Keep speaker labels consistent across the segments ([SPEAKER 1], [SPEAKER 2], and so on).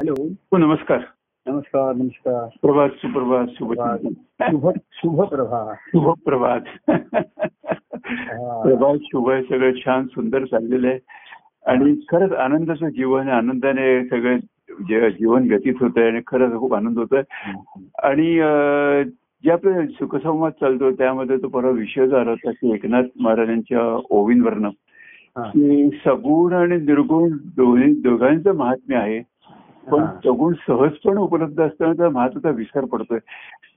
[SPEAKER 1] Hello
[SPEAKER 2] हो नमस्कार
[SPEAKER 1] नमस्कार नमस्कार
[SPEAKER 2] प्रभात सुप्रभात शुभ
[SPEAKER 1] शुभ शुभ प्रभा
[SPEAKER 2] शुभ प्रभात प्रभात शुभ आहे सगळं छान सुंदर चाललेलं आहे आणि खरंच आनंदाचं जीवन आहे. आनंदाने सगळं जे- जीवन व्यतीत होत आहे आणि खरंच खूप आनंद होत आहे आणि अं, जे आपलं सुखसंवाद चालतो त्यामध्ये तो परवा विषय झाला होता की एकनाथ महाराजांच्या ओवींवरनं
[SPEAKER 1] हा.
[SPEAKER 2] की सगुण आणि निर्गुण दोन्ही दोघांचं महात्म्य आहे पण
[SPEAKER 1] हा.
[SPEAKER 2] सगुण सहजपणे उपलब्ध असताना त्या महत्वाचा विसर पडतोय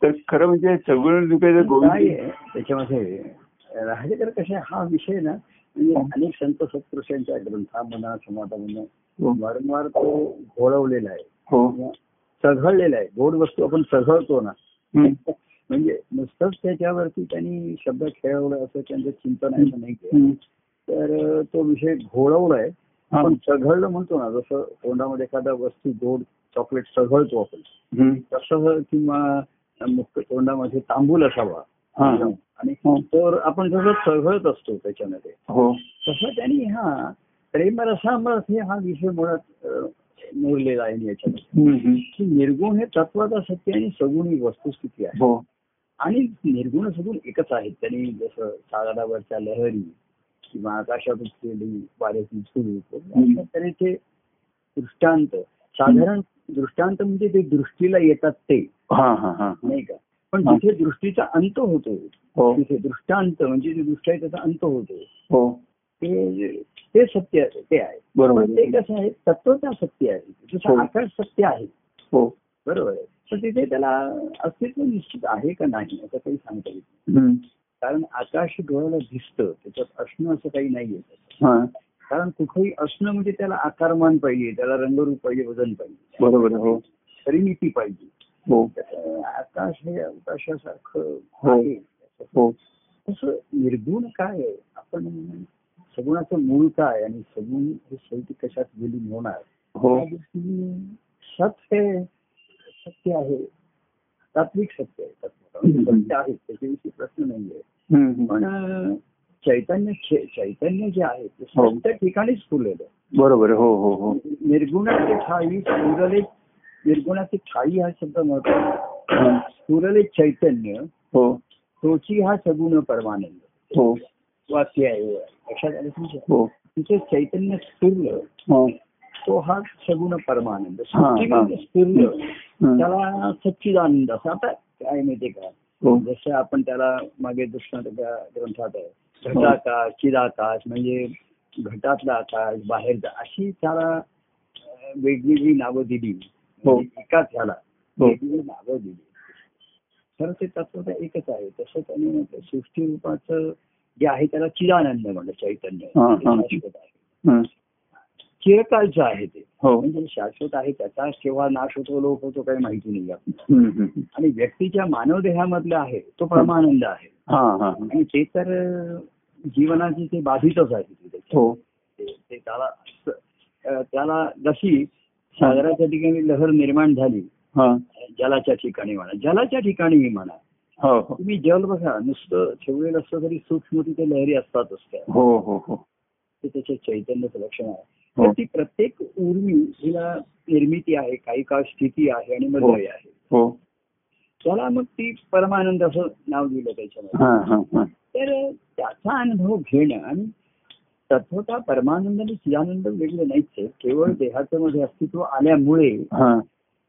[SPEAKER 2] तर खरं म्हणजे सगुण दुखायचं
[SPEAKER 1] काय
[SPEAKER 2] गोविंद
[SPEAKER 1] आहे त्याच्यामध्ये राहतेकर कसे हा विषय ना म्हणजे अनेक संत सत्पुरुषांच्या ग्रंथामधून
[SPEAKER 2] हो.
[SPEAKER 1] समाधामधून वारंवार तो घोळवलेला आहे
[SPEAKER 2] हो
[SPEAKER 1] किंवा चघळलेला आहे गोड वस्तू आपण चघळतो ना
[SPEAKER 2] हं.
[SPEAKER 1] म्हणजे नुसतंच त्याच्यावरती त्यांनी शब्द खेळवला असं त्यांचं चिंतन आहे असं नाही केलं.
[SPEAKER 2] हं.
[SPEAKER 1] तर तो विषय घोळवलाय
[SPEAKER 2] हा.
[SPEAKER 1] आपण चघळलं म्हणतो ना जसं तोंडामध्ये एखादा वस्तू गोड चॉकलेट चघळतो आपण
[SPEAKER 2] हं.
[SPEAKER 1] तसं किंवा मुख्य तोंडामध्ये तांबूल असावा
[SPEAKER 2] हा.
[SPEAKER 1] आणि तर आपण जसं चघळत असतो त्याच्यामध्ये
[SPEAKER 2] हो
[SPEAKER 1] तसं त्यांनी हा प्रेमरसामरस हे हा विषय मुळात अ, मोडलेला आहे याच्यामध्ये
[SPEAKER 2] हं. हं.
[SPEAKER 1] की निर्गुण हे तत्वाचा सत्य आणि सगुण ही वस्तुस्थिती आहे
[SPEAKER 2] हो
[SPEAKER 1] आणि निर्गुण सगुण एकच आहेत त्यांनी जसं सागरावरच्या लहरी किंवा आकाशात उठलेली वाऱ्याची सुरूप
[SPEAKER 2] हम्म.
[SPEAKER 1] तरी ते दृष्टांत साधारण दृष्टांत म्हणजे ते दृष्टीला येतात ते
[SPEAKER 2] हा हा हा हा.
[SPEAKER 1] नाही का पण
[SPEAKER 2] हा.
[SPEAKER 1] तिथे दृष्टीचा अंत होतो
[SPEAKER 2] हो
[SPEAKER 1] तिथे दृष्टांत म्हणजे जी दृष्टी आहे त्याचा अंत होतो
[SPEAKER 2] हो
[SPEAKER 1] ते ते सत्य आहे, ते आहे
[SPEAKER 2] बरोबर
[SPEAKER 1] पण ते
[SPEAKER 2] आहे.
[SPEAKER 1] कसं आहे तत्वता सत्य आहे
[SPEAKER 2] हो.
[SPEAKER 1] जसं आकाश सत्य आहे
[SPEAKER 2] हो
[SPEAKER 1] बरोबर आहे पण तिथे त्याला अस्तित्व निश्चित आहे का नाही असं काही सांगता येत नाही.
[SPEAKER 2] हं.
[SPEAKER 1] कारण आकाश डोळ्याला दिसतं त्याच्यात असणं असं काही नाहीये
[SPEAKER 2] हा
[SPEAKER 1] कारण कुठेही असणं म्हणजे त्याला आकारमान पाहिजे त्याला रंगरूप पाहिजे वजन पाहिजे
[SPEAKER 2] बरोबर आहे. हो
[SPEAKER 1] परिमिती पाहिजे
[SPEAKER 2] हो
[SPEAKER 1] तर आकाश हे आकाशासारखं
[SPEAKER 2] हो.
[SPEAKER 1] आहे
[SPEAKER 2] हो
[SPEAKER 1] तसं निर्गुण काय आहे आपण सगुणाचं मूळ काय आणि सगुण हे शेवटी कशात विलीन होणार
[SPEAKER 2] हो
[SPEAKER 1] त्या दृष्टीने सत हे सत्य आहे तात्विक सत्य आहे तत्वतः.
[SPEAKER 2] हम्म.
[SPEAKER 1] सत्य आहे त्याच्याविषयी प्रश्न नाहीये
[SPEAKER 2] हं. हं.
[SPEAKER 1] पण अं, चैतन्य चे- चैतन्य जे आहे ते
[SPEAKER 2] हो.
[SPEAKER 1] सत्य ठिकाणीच फुललेलं आहे.
[SPEAKER 2] बरोबर आहे. हो हो हो
[SPEAKER 1] निर्गुणाचे ठाई स्फुरले निर्गुणाचे ठाई हा शब्द महत्वाचा
[SPEAKER 2] हं.
[SPEAKER 1] स्फुरले चैतन्य
[SPEAKER 2] हो
[SPEAKER 1] तोची हा सगुण परमानंद
[SPEAKER 2] हो
[SPEAKER 1] वाक्य आहे लक्षात आलं तुमच्या
[SPEAKER 2] हो
[SPEAKER 1] तिथे म्हणजे चैतन्य स्फुरलं
[SPEAKER 2] हा.
[SPEAKER 1] तो हा सगुण परमानंद
[SPEAKER 2] हा, हा.
[SPEAKER 1] सच्चिदानंद स्फुरलं
[SPEAKER 2] हं.
[SPEAKER 1] त्याला सच्चिदानंद असं आता काय माहितीये का
[SPEAKER 2] हो
[SPEAKER 1] जसं आपण त्याला मागे दृष्टांताच्या ग्रंथात आहे
[SPEAKER 2] हो.
[SPEAKER 1] घटाकाश चिदाकाश म्हणजे घटातला आकाश बाहेरचा अशी त्याला अं, वेगवेगळी नावं दिली
[SPEAKER 2] हो.
[SPEAKER 1] म्हणजे एकाच ह्याला
[SPEAKER 2] हो.
[SPEAKER 1] वेगवेगळी नावं दिली खरं ते तत्व तर एकच आहे तसं त्याने म्हटलं, सृष्टी रूपाचं जे आहे त्याला चिदानंद म्हणलं चैतन्य
[SPEAKER 2] हा,
[SPEAKER 1] ते
[SPEAKER 2] हा.
[SPEAKER 1] शाश्वत आहे
[SPEAKER 2] हं.
[SPEAKER 1] चिरकालचं आहे ते
[SPEAKER 2] हो
[SPEAKER 1] म्हणजे शाश्वत आहे त्याचा केव्हा नाश होतो लोक होतो काही माहिती नाही आपल्याला.
[SPEAKER 2] हं. हं.
[SPEAKER 1] आणि व्यक्तीच्या मानव देहामधला आहे तो परमानंद आहे
[SPEAKER 2] हा हा हा.
[SPEAKER 1] आणि ते तर अं, जीवनाचे ते बाधितच आहे तिथे.
[SPEAKER 2] हो
[SPEAKER 1] ते- ते त्याला अं, त्याला जशी सागराच्या ठिकाणी लहर निर्माण झाली
[SPEAKER 2] हा
[SPEAKER 1] जलाच्या ठिकाणी म्हणा जलाच्या ठिकाणी म्हणा
[SPEAKER 2] हो हो
[SPEAKER 1] तुम्ही जल बघा नुसतं ठेवलेलं असतं तरी सूक्ष्म तिथे लहरी असतातच त्या
[SPEAKER 2] हो हो हो
[SPEAKER 1] ते त्याचे चैतन्याचं लक्षण आहे
[SPEAKER 2] हो.
[SPEAKER 1] तर ती प्रत्येक उर्मी हिला निर्मिती आहे काही काळ स्थिती आहे आणि मदय आहे
[SPEAKER 2] हो
[SPEAKER 1] त्याला मग ती परमानंद असं नाव दिलं त्याच्यामध्ये
[SPEAKER 2] हा हा हा
[SPEAKER 1] तर त्याचा अनुभव घेणं आणि तत्वता परमानंद आणि चिदानंद वेगळं नाहीच आहे केवळ देहाचं मध्ये अस्तित्व आल्यामुळे
[SPEAKER 2] हा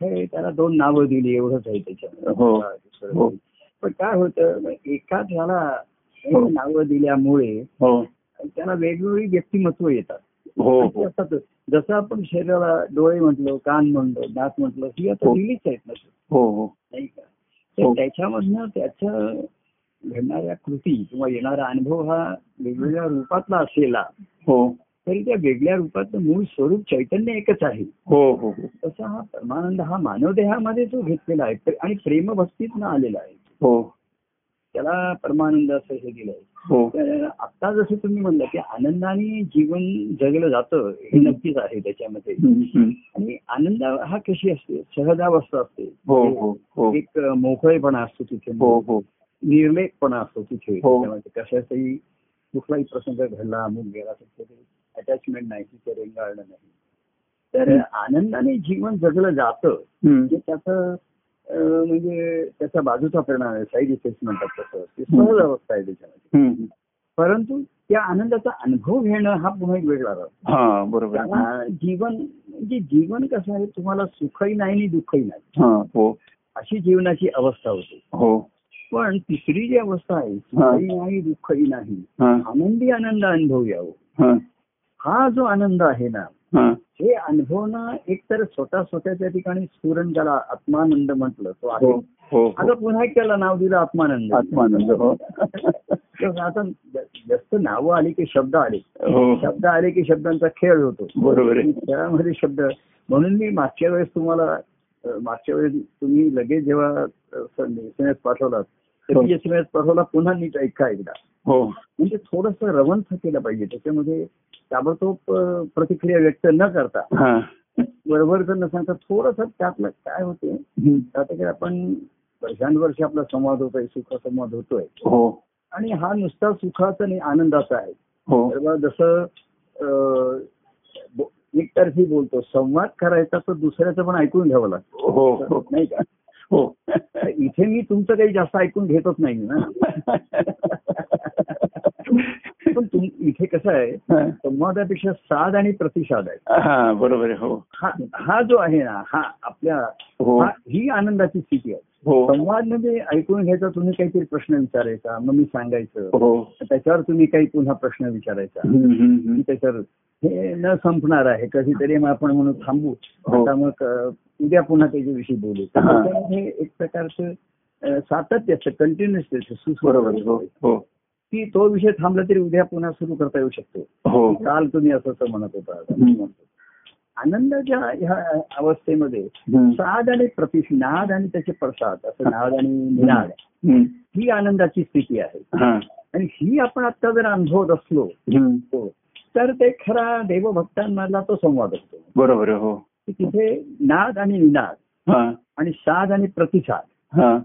[SPEAKER 1] हे त्याला दोन नावं दिली एवढंच आहे त्याच्यामध्ये
[SPEAKER 2] हो.
[SPEAKER 1] दुसरं
[SPEAKER 2] हो.
[SPEAKER 1] नाही. पण काय होतं मग एका ह्याला
[SPEAKER 2] हो.
[SPEAKER 1] नावं दिल्यामुळे
[SPEAKER 2] हो
[SPEAKER 1] त्याला वेगवेगळी व्यक्तिमत्व येतात
[SPEAKER 2] हो
[SPEAKER 1] अशी
[SPEAKER 2] हो
[SPEAKER 1] असतातच. जसं आपण शरीराला डोळे म्हटलो कान म्हणलो नाक म्हटलो ही आता
[SPEAKER 2] हो.
[SPEAKER 1] दिलीच आहेत ना
[SPEAKER 2] हो हो
[SPEAKER 1] नाही का
[SPEAKER 2] हो.
[SPEAKER 1] तर त्याच्यामधनं त्याच्या घडणाऱ्या कृती किंवा येणारा अनुभव हा वेगवेगळ्या रूपातला असलेला
[SPEAKER 2] हो
[SPEAKER 1] तरी त्या वेगळ्या रूपातलं मूळ स्वरूप चैतन्य एकच आहे
[SPEAKER 2] हो हो हो
[SPEAKER 1] तसा हा परमानंद हा मानव देहामध्ये तो घेतलेला आहे प्रे- आणि प्रेमभक्तीतनं आलेला आहे
[SPEAKER 2] हो
[SPEAKER 1] त्याला परमानंद असं हे दिलं आहे
[SPEAKER 2] हो
[SPEAKER 1] तर आता जसं तुम्ही म्हणलं की आनंदाने जीवन जगलं जातं हे नक्कीच आहे त्याच्यामध्ये
[SPEAKER 2] हं, हं.
[SPEAKER 1] आणि आनंद हा कशी असते सहजावस्था असते म्हणजे
[SPEAKER 2] हो हो हो
[SPEAKER 1] एक मोकळेपणा असतो तिथे
[SPEAKER 2] हो हो
[SPEAKER 1] निर्लेपणा असतो तिथे
[SPEAKER 2] हो.
[SPEAKER 1] त्याच्यामध्ये कशाचाही कुठलाही प्रसंग घडला अमुक गेला तर अटॅचमेंट नाही तिथे रेंगाळणं नाही तर
[SPEAKER 2] हं.
[SPEAKER 1] आनंदाने जीवन जगलं जातं
[SPEAKER 2] हम्म.
[SPEAKER 1] म्हणजे त्याचं अं, म्हणजे त्याचा बाजूचा परिणाम आहे साईड इफेक्ट म्हणतात तसं ते सहज अवस्था आहे त्याच्यामध्ये
[SPEAKER 2] हम्म.
[SPEAKER 1] परंतु त्या आनंदाचा अनुभव घेणं हा पुन्हा एक वेगळा राहतो
[SPEAKER 2] हा बरोबर आहे.
[SPEAKER 1] त्याला जीवन म्हणजे जीवन कसं आहे तुम्हाला सुखही नाही आणि दुःखही नाही
[SPEAKER 2] हा हो
[SPEAKER 1] अशी जीवनाची अवस्था होती
[SPEAKER 2] हो
[SPEAKER 1] पण तिसरी जी अवस्था आहे सुखही नाही दुःखही नाही
[SPEAKER 2] हा
[SPEAKER 1] आनंदी आनंद अनुभव यावं
[SPEAKER 2] हा
[SPEAKER 1] हा जो आनंद आहे ना
[SPEAKER 2] हा
[SPEAKER 1] हे अनुभवणं एकतर स्वतः स्वतःच्या ठिकाणी स्फुरण ज्याला आत्मानंद म्हटलं तो
[SPEAKER 2] हो
[SPEAKER 1] आहे
[SPEAKER 2] हो
[SPEAKER 1] आता पुन्हा एक त्याला नाव दिलं आत्मानंद
[SPEAKER 2] आत्मानंद हो
[SPEAKER 1] तर आता ज- जास्त नावं आली की शब्द आले
[SPEAKER 2] हो
[SPEAKER 1] शब्द आले की शब्दांचा खेळ होतो
[SPEAKER 2] बरोबर आहे
[SPEAKER 1] खेळामध्ये शब्द म्हणून मी मागच्या वेळेस तुम्हाला अ, मागच्या वेळेस तुम्ही लगेच जेव्हा एस एम एस पाठवलात तर
[SPEAKER 2] हो.
[SPEAKER 1] मी एस एम एस पाठवला पुन्हा नीट ऐका एकदा
[SPEAKER 2] हो
[SPEAKER 1] म्हणजे थोडस रवंथ केलं पाहिजे त्याच्यामध्ये ताबडतोब अ, प्रतिक्रिया व्यक्त न करता
[SPEAKER 2] हा
[SPEAKER 1] बरोबर जर न सांगता थोडस त्यातलं काय होते
[SPEAKER 2] हम्म.
[SPEAKER 1] आता की आपण वर्षानुवर्ष आपला संवाद होतोय सुख संवाद होतोय
[SPEAKER 2] हो
[SPEAKER 1] आणि हा नुसता सुखाचा आणि आनंदाचा आहे
[SPEAKER 2] हो
[SPEAKER 1] बरोबर जसं अं, बो- एकतर्फी बोलतो संवाद करायचा तर दुसऱ्याचं पण ऐकून घ्यावं लागतं
[SPEAKER 2] हो हो
[SPEAKER 1] नाही का
[SPEAKER 2] हो
[SPEAKER 1] तर इथे मी तुमचं काही जास्त ऐकून घेतच नाही ना पण तुम इथे कसं आहे संवादापेक्षा साध आणि प्रतिसाद आहे
[SPEAKER 2] हा बरोबर आहे हो
[SPEAKER 1] हा हा जो आहे ना हा आपल्या
[SPEAKER 2] हो
[SPEAKER 1] हा- ही आनंदाची स्थिती आहे
[SPEAKER 2] हो
[SPEAKER 1] संवाद म्हणजे ऐकून घ्यायचा तुम्ही काहीतरी प्रश्न विचारायचा मग मी सांगायचं
[SPEAKER 2] हो
[SPEAKER 1] त्याच्यावर तुम्ही काही पुन्हा प्रश्न विचारायचा
[SPEAKER 2] हम्म, हम्म, हम्म.
[SPEAKER 1] मी त्याच्यावर हे न संपणार आहे कधीतरी मग आपण म्हणून थांबू
[SPEAKER 2] हो.
[SPEAKER 1] आता मग अ, उद्या पुन्हा त्याच्याविषयी बोलू तर
[SPEAKER 2] हा.
[SPEAKER 1] त्याच्यामुळे हे एक प्रकारचं अ, सातत्याचं कंटिन्युअस त्याचं
[SPEAKER 2] बरोबर आहे. हो
[SPEAKER 1] सुसंवाद
[SPEAKER 2] हो
[SPEAKER 1] की तो विषय थांबला तरी उद्या पुन्हा सुरू करता येऊ शकतो
[SPEAKER 2] हो
[SPEAKER 1] काल तुम्ही असं असं म्हणत होता असं
[SPEAKER 2] हम्म.
[SPEAKER 1] म्हणतो. आनंदाच्या ह्या अवस्थेमध्ये
[SPEAKER 2] हम्म.
[SPEAKER 1] साध आणि प्रति नाद आणि त्याचे प्रसाद असं नाद आणि निनाद
[SPEAKER 2] हम्म.
[SPEAKER 1] ही आनंदाची स्थिती आहे
[SPEAKER 2] हा.
[SPEAKER 1] आणि ही आपण आता जर अनुभवत असलो
[SPEAKER 2] हम्म.
[SPEAKER 1] तर ते खरा देवभक्तांमधला तो संवाद असतो
[SPEAKER 2] बरोबर आहे. हो
[SPEAKER 1] की तिथे नाद आणि निनाद
[SPEAKER 2] हा
[SPEAKER 1] आणि साध आणि प्रतिसाद
[SPEAKER 2] हा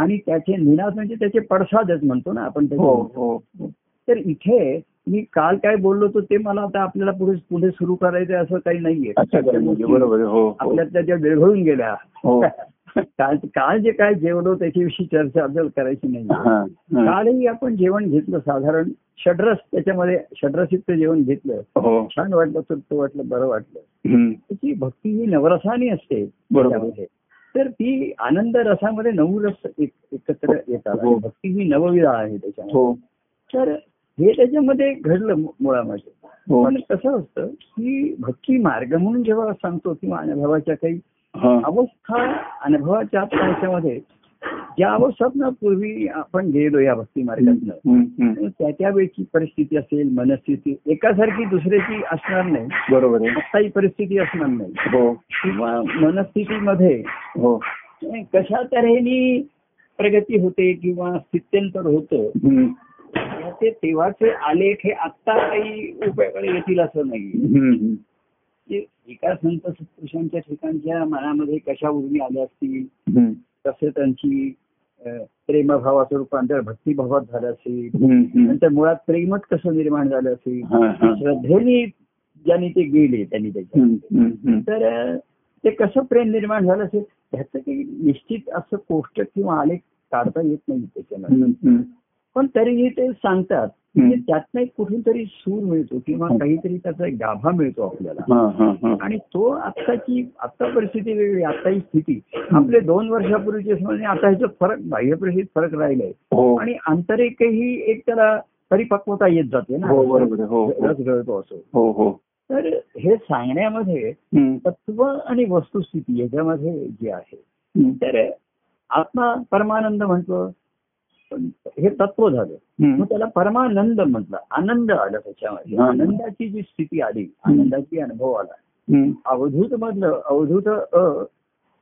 [SPEAKER 1] आणि त्याचे निनाद म्हणजे त्याचे पडसादच म्हणतो ना आपण त्याचे.
[SPEAKER 2] हो हो
[SPEAKER 1] तर इथे मी काल काय बोललो तो ते मला आता आपल्याला पुढे पुढे सुरू करायचं असं काही नाहीये
[SPEAKER 2] अच्छा अच्छा, म्हणजे बरोबर आहे. हो हो.
[SPEAKER 1] आपल्यातल्या ज्या विरघळून गेल्या
[SPEAKER 2] हो
[SPEAKER 1] काल काल जे काय जेवलो त्याच्याविषयी चर्चा आपल्याला करायची नाही
[SPEAKER 2] हा हा.
[SPEAKER 1] कालही आपण जेवण घेतलं साधारण षड्रस त्याच्यामध्ये षड्रसित जेवण घेतलं
[SPEAKER 2] हो
[SPEAKER 1] छान वाटलं तर तो वाटलं बरं वाटलं
[SPEAKER 2] हम्म.
[SPEAKER 1] त्याची भक्ती ही नवरसानी असते
[SPEAKER 2] बरोबर.
[SPEAKER 1] त्याच्यामध्ये. तर ती आनंद रसामध्ये नऊ रस एक- एकत्र येतात
[SPEAKER 2] हो.
[SPEAKER 1] आणि भक्ती ही नवविधा आहे त्याच्यामध्ये
[SPEAKER 2] हो
[SPEAKER 1] तर हे त्याच्यामध्ये घडलं मु- मुळामध्ये
[SPEAKER 2] हो
[SPEAKER 1] पण कसं असतं की भक्ती मार्ग म्हणून जेव्हा सांगतो किंवा अनुभवाच्या काही
[SPEAKER 2] हा
[SPEAKER 1] अवस्था अनुभवाच्या आपण याच्यामध्ये ज्या अवस्थातनं पूर्वी आपण गेलो या भक्ती मार्गातनं
[SPEAKER 2] हम्म, हम्म.
[SPEAKER 1] त्या त्यावेळची परिस्थिती असेल मनस्थिती एकासारखी दुसऱ्याची असणार नाही
[SPEAKER 2] बरोबर आहे
[SPEAKER 1] आत्ताही परिस्थिती असणार नाही
[SPEAKER 2] हो
[SPEAKER 1] किंवा मनस्थितीमध्ये
[SPEAKER 2] हो
[SPEAKER 1] कशा तऱ्हेने प्रगती होते किंवा स्थित्यंतर होतं
[SPEAKER 2] हम्म.
[SPEAKER 1] याचे तेव्हाचे आलेख हे आत्ता काही उपयोगाला येतील असं नाही
[SPEAKER 2] हम्म.
[SPEAKER 1] जे एका संत सत्पुरुषांच्या ठिकाणच्या मनामध्ये कशा उर्मी आल्या असतील
[SPEAKER 2] हम्म.
[SPEAKER 1] कसे त्यांची अ, प्रेमभावाचं रूपांतर भक्तिभावात झालं असेल
[SPEAKER 2] हम्म, हम्म.
[SPEAKER 1] नंतर मुळात प्रेमच कसं निर्माण झालं असेल
[SPEAKER 2] हा, हा.
[SPEAKER 1] श्रद्धेने ज्यांनी ते गेले त्यांनी त्याच्या
[SPEAKER 2] हम्म, हम्म, हम्म.
[SPEAKER 1] तर अ, ते कसं प्रेम निर्माण झालं असेल ह्याचं काही निश्चित असं कोष्ट किंवा आलेख काढता येत नाही त्याच्यामध्ये
[SPEAKER 2] हम्म, हम्म.
[SPEAKER 1] पण तरीही ते सांगतात की
[SPEAKER 2] हम्म.
[SPEAKER 1] त्यातनं एक कुठून तरी सूर मिळतो किंवा काहीतरी त्याचा एक गाभा मिळतो आपल्याला
[SPEAKER 2] हा, हा, हा.
[SPEAKER 1] आणि तो आत्ताची आत्ता परिस्थिती वेगळी आत्ता ही स्थिती आपले दोन वर्षापूर्वीचे स्मरण आता ह्याचा फरक बाह्य परिस्थितीत फरक राहिलाय
[SPEAKER 2] हो
[SPEAKER 1] आणि आंतरिकही एक त्याला परिपक्वता येत जाते ना
[SPEAKER 2] हो, बरोबर आहे. हो, हो.
[SPEAKER 1] रस गळतो असो
[SPEAKER 2] हो हो
[SPEAKER 1] तर हे सांगण्यामध्ये
[SPEAKER 2] हम्म,
[SPEAKER 1] तत्व आणि वस्तुस्थिती याच्यामध्ये जे आहे
[SPEAKER 2] हम्म,
[SPEAKER 1] तर आत्मा परमानंद म्हणतो हे तत्व झालं मग
[SPEAKER 2] हम्म.
[SPEAKER 1] त्याला परमानंद म्हटलं आनंद आला त्याच्यामध्ये
[SPEAKER 2] हा.
[SPEAKER 1] आनंदाची जी स्थिती आली आनंदाची अनुभव आला
[SPEAKER 2] हम्म.
[SPEAKER 1] अवधूत मधलं अवधूत अ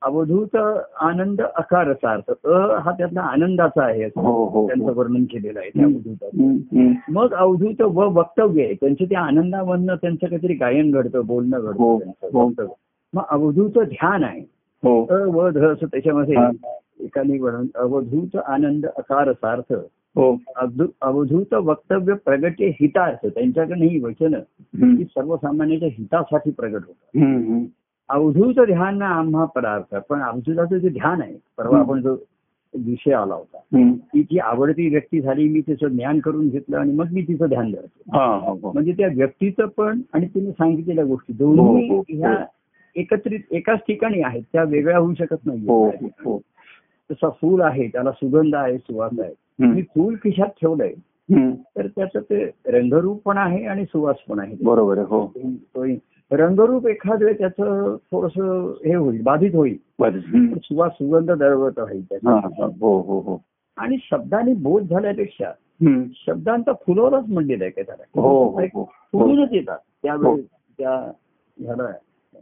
[SPEAKER 1] अवधूत आनंद अकाराचा अर्थ अ हा त्यातला आनंदाचा आहे असं
[SPEAKER 2] हो हो
[SPEAKER 1] त्यांचं
[SPEAKER 2] हो.
[SPEAKER 1] वर्णन केलेलं आहे त्या
[SPEAKER 2] हम्म,
[SPEAKER 1] अवधूताचं
[SPEAKER 2] हम्म, हम्म.
[SPEAKER 1] मग अवधूत व वक्तव्य आहे त्यांचे त्या आनंदामधनं त्यांचं काहीतरी गायन घडतं बोलणं
[SPEAKER 2] हो,
[SPEAKER 1] घडतं त्यांचं
[SPEAKER 2] हो.
[SPEAKER 1] वक्तव्य. मग अवधूत ध्यान आहे
[SPEAKER 2] हो
[SPEAKER 1] अ व ध असं
[SPEAKER 2] हा.
[SPEAKER 1] त्याच्यामध्ये एकाने वर्णन अवधूत आनंद अकार सार्थ
[SPEAKER 2] हो
[SPEAKER 1] अवधू- अवधूत वक्तव्य प्रगटे हितार्थ त्यांच्याकडे ही वचन
[SPEAKER 2] हम्म.
[SPEAKER 1] ही सर्वसामान्यांच्या हितासाठी प्रगट होतात
[SPEAKER 2] हम्म, हम्म.
[SPEAKER 1] अवधूत ध्यान ना आम्हा पदार्थ पण अवधूताचं जे ध्यान आहे परवा
[SPEAKER 2] हं.
[SPEAKER 1] आपण जो विषय आला होता
[SPEAKER 2] हम्म.
[SPEAKER 1] ती जी आवडती व्यक्ती झाली मी तिचं ज्ञान करून घेतलं आणि मग मी तिचं ध्यान धरतो
[SPEAKER 2] हा, हा, हा.
[SPEAKER 1] म्हणजे त्या व्यक्तीचं पण आणि तिने सांगितलेल्या गोष्टी
[SPEAKER 2] हो, हो,
[SPEAKER 1] दोन्ही
[SPEAKER 2] हो.
[SPEAKER 1] ह्या एकत्रित एकाच ठिकाणी आहेत त्या वेगळ्या होऊ शकत
[SPEAKER 2] हो
[SPEAKER 1] नाही
[SPEAKER 2] हो, हो
[SPEAKER 1] जसा फूल आहे त्याला सुगंध आहे सुवास आहे
[SPEAKER 2] हम्म.
[SPEAKER 1] मी फूल खिशात ठेवलंय
[SPEAKER 2] हम्म.
[SPEAKER 1] तर त्याचं ते रंगरूप पण आहे आणि सुवास पण आहे
[SPEAKER 2] बरोबर आहे हो
[SPEAKER 1] तो- रंगरूप एखाद वेळ त्याचं थोडस हे होईल बाधित होईल
[SPEAKER 2] बरं. हम्म.
[SPEAKER 1] पण सुवास सुगंध दरवत राहील
[SPEAKER 2] हा,
[SPEAKER 1] त्याचा
[SPEAKER 2] हा. हो हो हो
[SPEAKER 1] आणि शब्दाने बोध झाल्यापेक्षा
[SPEAKER 2] हम्म.
[SPEAKER 1] शब्दांचा फुलोरच म्हणलेला आहे काय
[SPEAKER 2] हो, हो,
[SPEAKER 1] त्याला
[SPEAKER 2] हो.
[SPEAKER 1] फुलूनच येतात
[SPEAKER 2] हो.
[SPEAKER 1] त्यावेळी त्या ह्याला अं,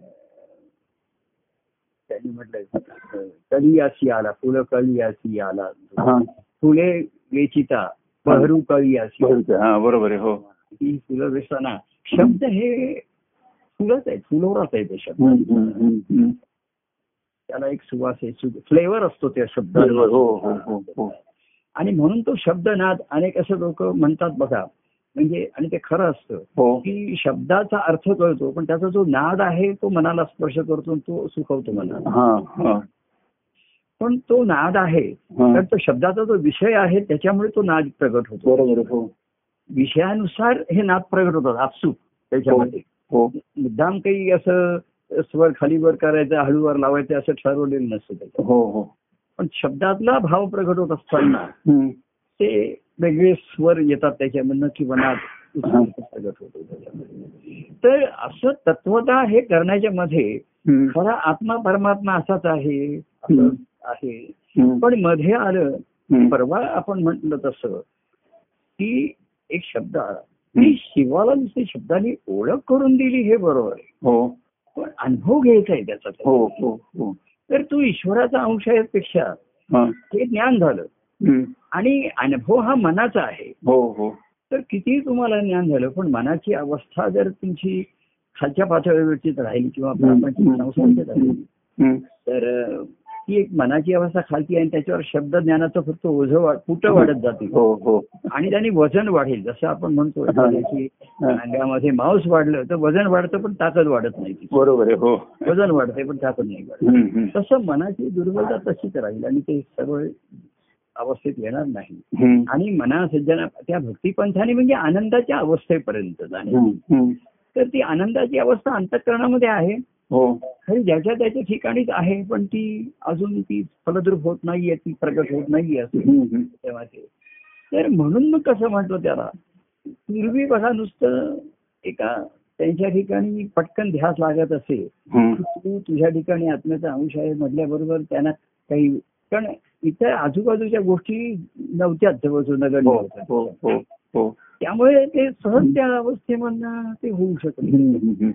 [SPEAKER 1] त्यांनी म्हटलंय कलियासी आला फुलं कलियासी आला
[SPEAKER 2] हा.
[SPEAKER 1] फुले वेचिता बहरू कलियासी
[SPEAKER 2] बरोबर आहे. हा बरोबर आहे हो
[SPEAKER 1] ही फुलं वेचताना शब्द हे फुलंच आहेत फुलोराच आहे ते शब्द
[SPEAKER 2] हम्म, हम्म, हम्म, हम्म.
[SPEAKER 1] त्याला एक सुवास आहे फ्लेवर असतो त्या
[SPEAKER 2] बरोबर हो हो हो
[SPEAKER 1] शब्दाला
[SPEAKER 2] हो
[SPEAKER 1] आणि म्हणून तो शब्दनाद अनेक असं लोक म्हणतात बघा म्हणजे आणि ते खरं असतं
[SPEAKER 2] हो
[SPEAKER 1] की शब्दाचा अर्थ कळतो पण त्याचा जो नाद आहे तो मनाला स्पर्श करतो आणि तो सुखवतो मनाला
[SPEAKER 2] हा हा
[SPEAKER 1] पण तो नाद आहे
[SPEAKER 2] हा.
[SPEAKER 1] तर तो शब्दाचा जो विषय आहे त्याच्यामुळे तो नाद प्रगट होतो
[SPEAKER 2] बरोबर आहे. हो
[SPEAKER 1] विषयानुसार हे नाद प्रगट होतात आपसूक त्याच्यामध्ये
[SPEAKER 2] हो
[SPEAKER 1] मुद्दाम काही असं स्वर खालीवर करायचं हळूवर लावायचं असं ठरवलेलं नसतं त्याच्यात
[SPEAKER 2] हो हो
[SPEAKER 1] पण शब्दातला भाव प्रगट होत असताना
[SPEAKER 2] हम्म.
[SPEAKER 1] ते वेगळे स्वर येतात त्याच्यामधनं किंवा नाद उत्स्फूर्त प्रगट होतो त्याच्यामध्ये. तर असं तत्वता हे करण्याच्या मध्ये
[SPEAKER 2] हम्म.
[SPEAKER 1] खरा आत्मा परमात्मा असाच आहे असं
[SPEAKER 2] हम्म.
[SPEAKER 1] आहे
[SPEAKER 2] हम्म.
[SPEAKER 1] पण मध्ये आलं
[SPEAKER 2] हम्म.
[SPEAKER 1] परवा आपण म्हटलं तसं की एक शब्द आला की शिवाला नुसती शब्दाने ओळख करून दिली हे बरोबर आहे
[SPEAKER 2] हो
[SPEAKER 1] पण अनुभव घ्यायचा आहे त्याचा
[SPEAKER 2] हो
[SPEAKER 1] त्याला.
[SPEAKER 2] हो हो
[SPEAKER 1] तर तू ईश्वराचा अंश आहे पेक्षा
[SPEAKER 2] हा.
[SPEAKER 1] हे ज्ञान झालं
[SPEAKER 2] हम्म.
[SPEAKER 1] आणि अनुभव हा मनाचा आहे
[SPEAKER 2] हो हो
[SPEAKER 1] तर कितीही तुम्हाला ज्ञान झालं पण मनाची अवस्था जर तुमची खालच्या पातळीवरचीच राहिली किंवा प्रापंचिक संसाराचीच राहिली
[SPEAKER 2] हम्म.
[SPEAKER 1] तर अं, ती एक मनाची अवस्था खालती आहे आणि त्याच्यावर शब्द ज्ञानाचं फक्त ओझं वा- कुठं वाढत जातील
[SPEAKER 2] हो हो
[SPEAKER 1] आणि त्याने वजन वाढेल जसं आपण म्हणतो
[SPEAKER 2] हा.
[SPEAKER 1] एखाद्या दिवशी
[SPEAKER 2] हा.
[SPEAKER 1] अंगामध्ये मांस वाढलं तर वजन वाढतं पण ताकद वाढत नाही तिची.
[SPEAKER 2] बरोबर आहे हो
[SPEAKER 1] वजन वाढते पण ताकद नाही वाढत
[SPEAKER 2] हम्म, हम्म.
[SPEAKER 1] तसं मनाची दुर्बलता तशीच राहील आणि ते सर्व अवस्थेत येणार नाही
[SPEAKER 2] हम्म.
[SPEAKER 1] आणि मना सज्जना त्या भक्तीपंथाने म्हणजे आनंदाच्या अवस्थेपर्यंत जाणे
[SPEAKER 2] हम्म, हम्म.
[SPEAKER 1] तर ती आनंदाची अवस्था अंतकरणामध्ये आहे
[SPEAKER 2] हो
[SPEAKER 1] खरी ज्याच्या त्याच्या ठिकाणीच आहे पण ती अजून ती फलद्रूप होत नाहीये ती प्रगट होत नाहीये असं
[SPEAKER 2] हम्म, हम्म.
[SPEAKER 1] तेव्हा ते तर म्हणून मग कसं म्हटलं त्याला पूर्वी बघा नुसतं एका त्यांच्या ठिकाणी पटकन ध्यास लागत असे
[SPEAKER 2] हम्म.
[SPEAKER 1] तू तुझ्या ठिकाणी आत्म्याचा अंश आहे म्हटल्याबरोबर त्यांना काही कारण इतर आजूबाजूच्या गोष्टी नव्हत्याच जवळजवळ नगर
[SPEAKER 2] हो हो हो हो
[SPEAKER 1] त्यामुळे ते सहज त्या अवस्थेमधनं ते होऊ शकले
[SPEAKER 2] हम्म, हम्म, हम्म.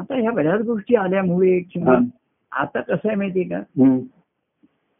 [SPEAKER 1] आता ह्या बऱ्याच गोष्टी आल्यामुळे किंवा
[SPEAKER 2] हा.
[SPEAKER 1] आता कसं आहे माहितीये का
[SPEAKER 2] हम्म.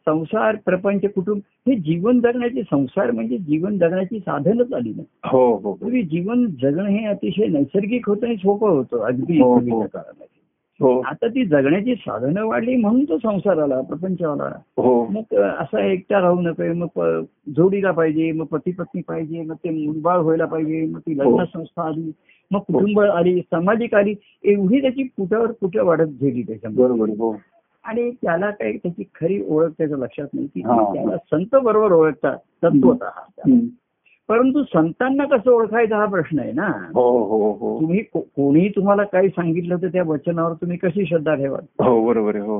[SPEAKER 1] संसार प्रपंच कुटुंब हे जीवन जगण्याचे संसार म्हणजे जीवन जगण्याची साधनच आली ना
[SPEAKER 2] हो हो हो
[SPEAKER 1] पूर्वी जीवन जगणं हे अतिशय नैसर्गिक होतं आणि सोपं होतं अगदी
[SPEAKER 2] हो, हो.
[SPEAKER 1] पूर्वीच्या काळामध्ये
[SPEAKER 2] हो
[SPEAKER 1] आता ती जगण्याची साधनं वाढली म्हणून तो संसार आला प्रपंच आला
[SPEAKER 2] हो
[SPEAKER 1] मग असा एकटा राहू नका मग प- जोडीला पाहिजे मग पती पत्नी पाहिजे मग ते मुलबाळ व्हायला पाहिजे मग ती
[SPEAKER 2] हो.
[SPEAKER 1] लग्न संस्था आली मग कुटुंब आली सामाजिक आली एवढी त्याची कुठ्यावर कुठं वाढत गेली त्याच्यामध्ये
[SPEAKER 2] बरोबर आहे. हो
[SPEAKER 1] आणि त्याला काही त्याची खरी ओळख त्याच्या लक्षात नाही की
[SPEAKER 2] हा.
[SPEAKER 1] त्याला संत बरोबर ओळखतात तत्वत
[SPEAKER 2] हम्म.
[SPEAKER 1] परंतु संतांना कसं ओळखायचा हा प्रश्न आहे ना
[SPEAKER 2] हो हो हो
[SPEAKER 1] तुम्ही को- कोणी तुम्हाला काही सांगितलं तर त्या वचनावर तुम्ही कशी श्रद्धा ठेवाल
[SPEAKER 2] हो बरोबर आहे हो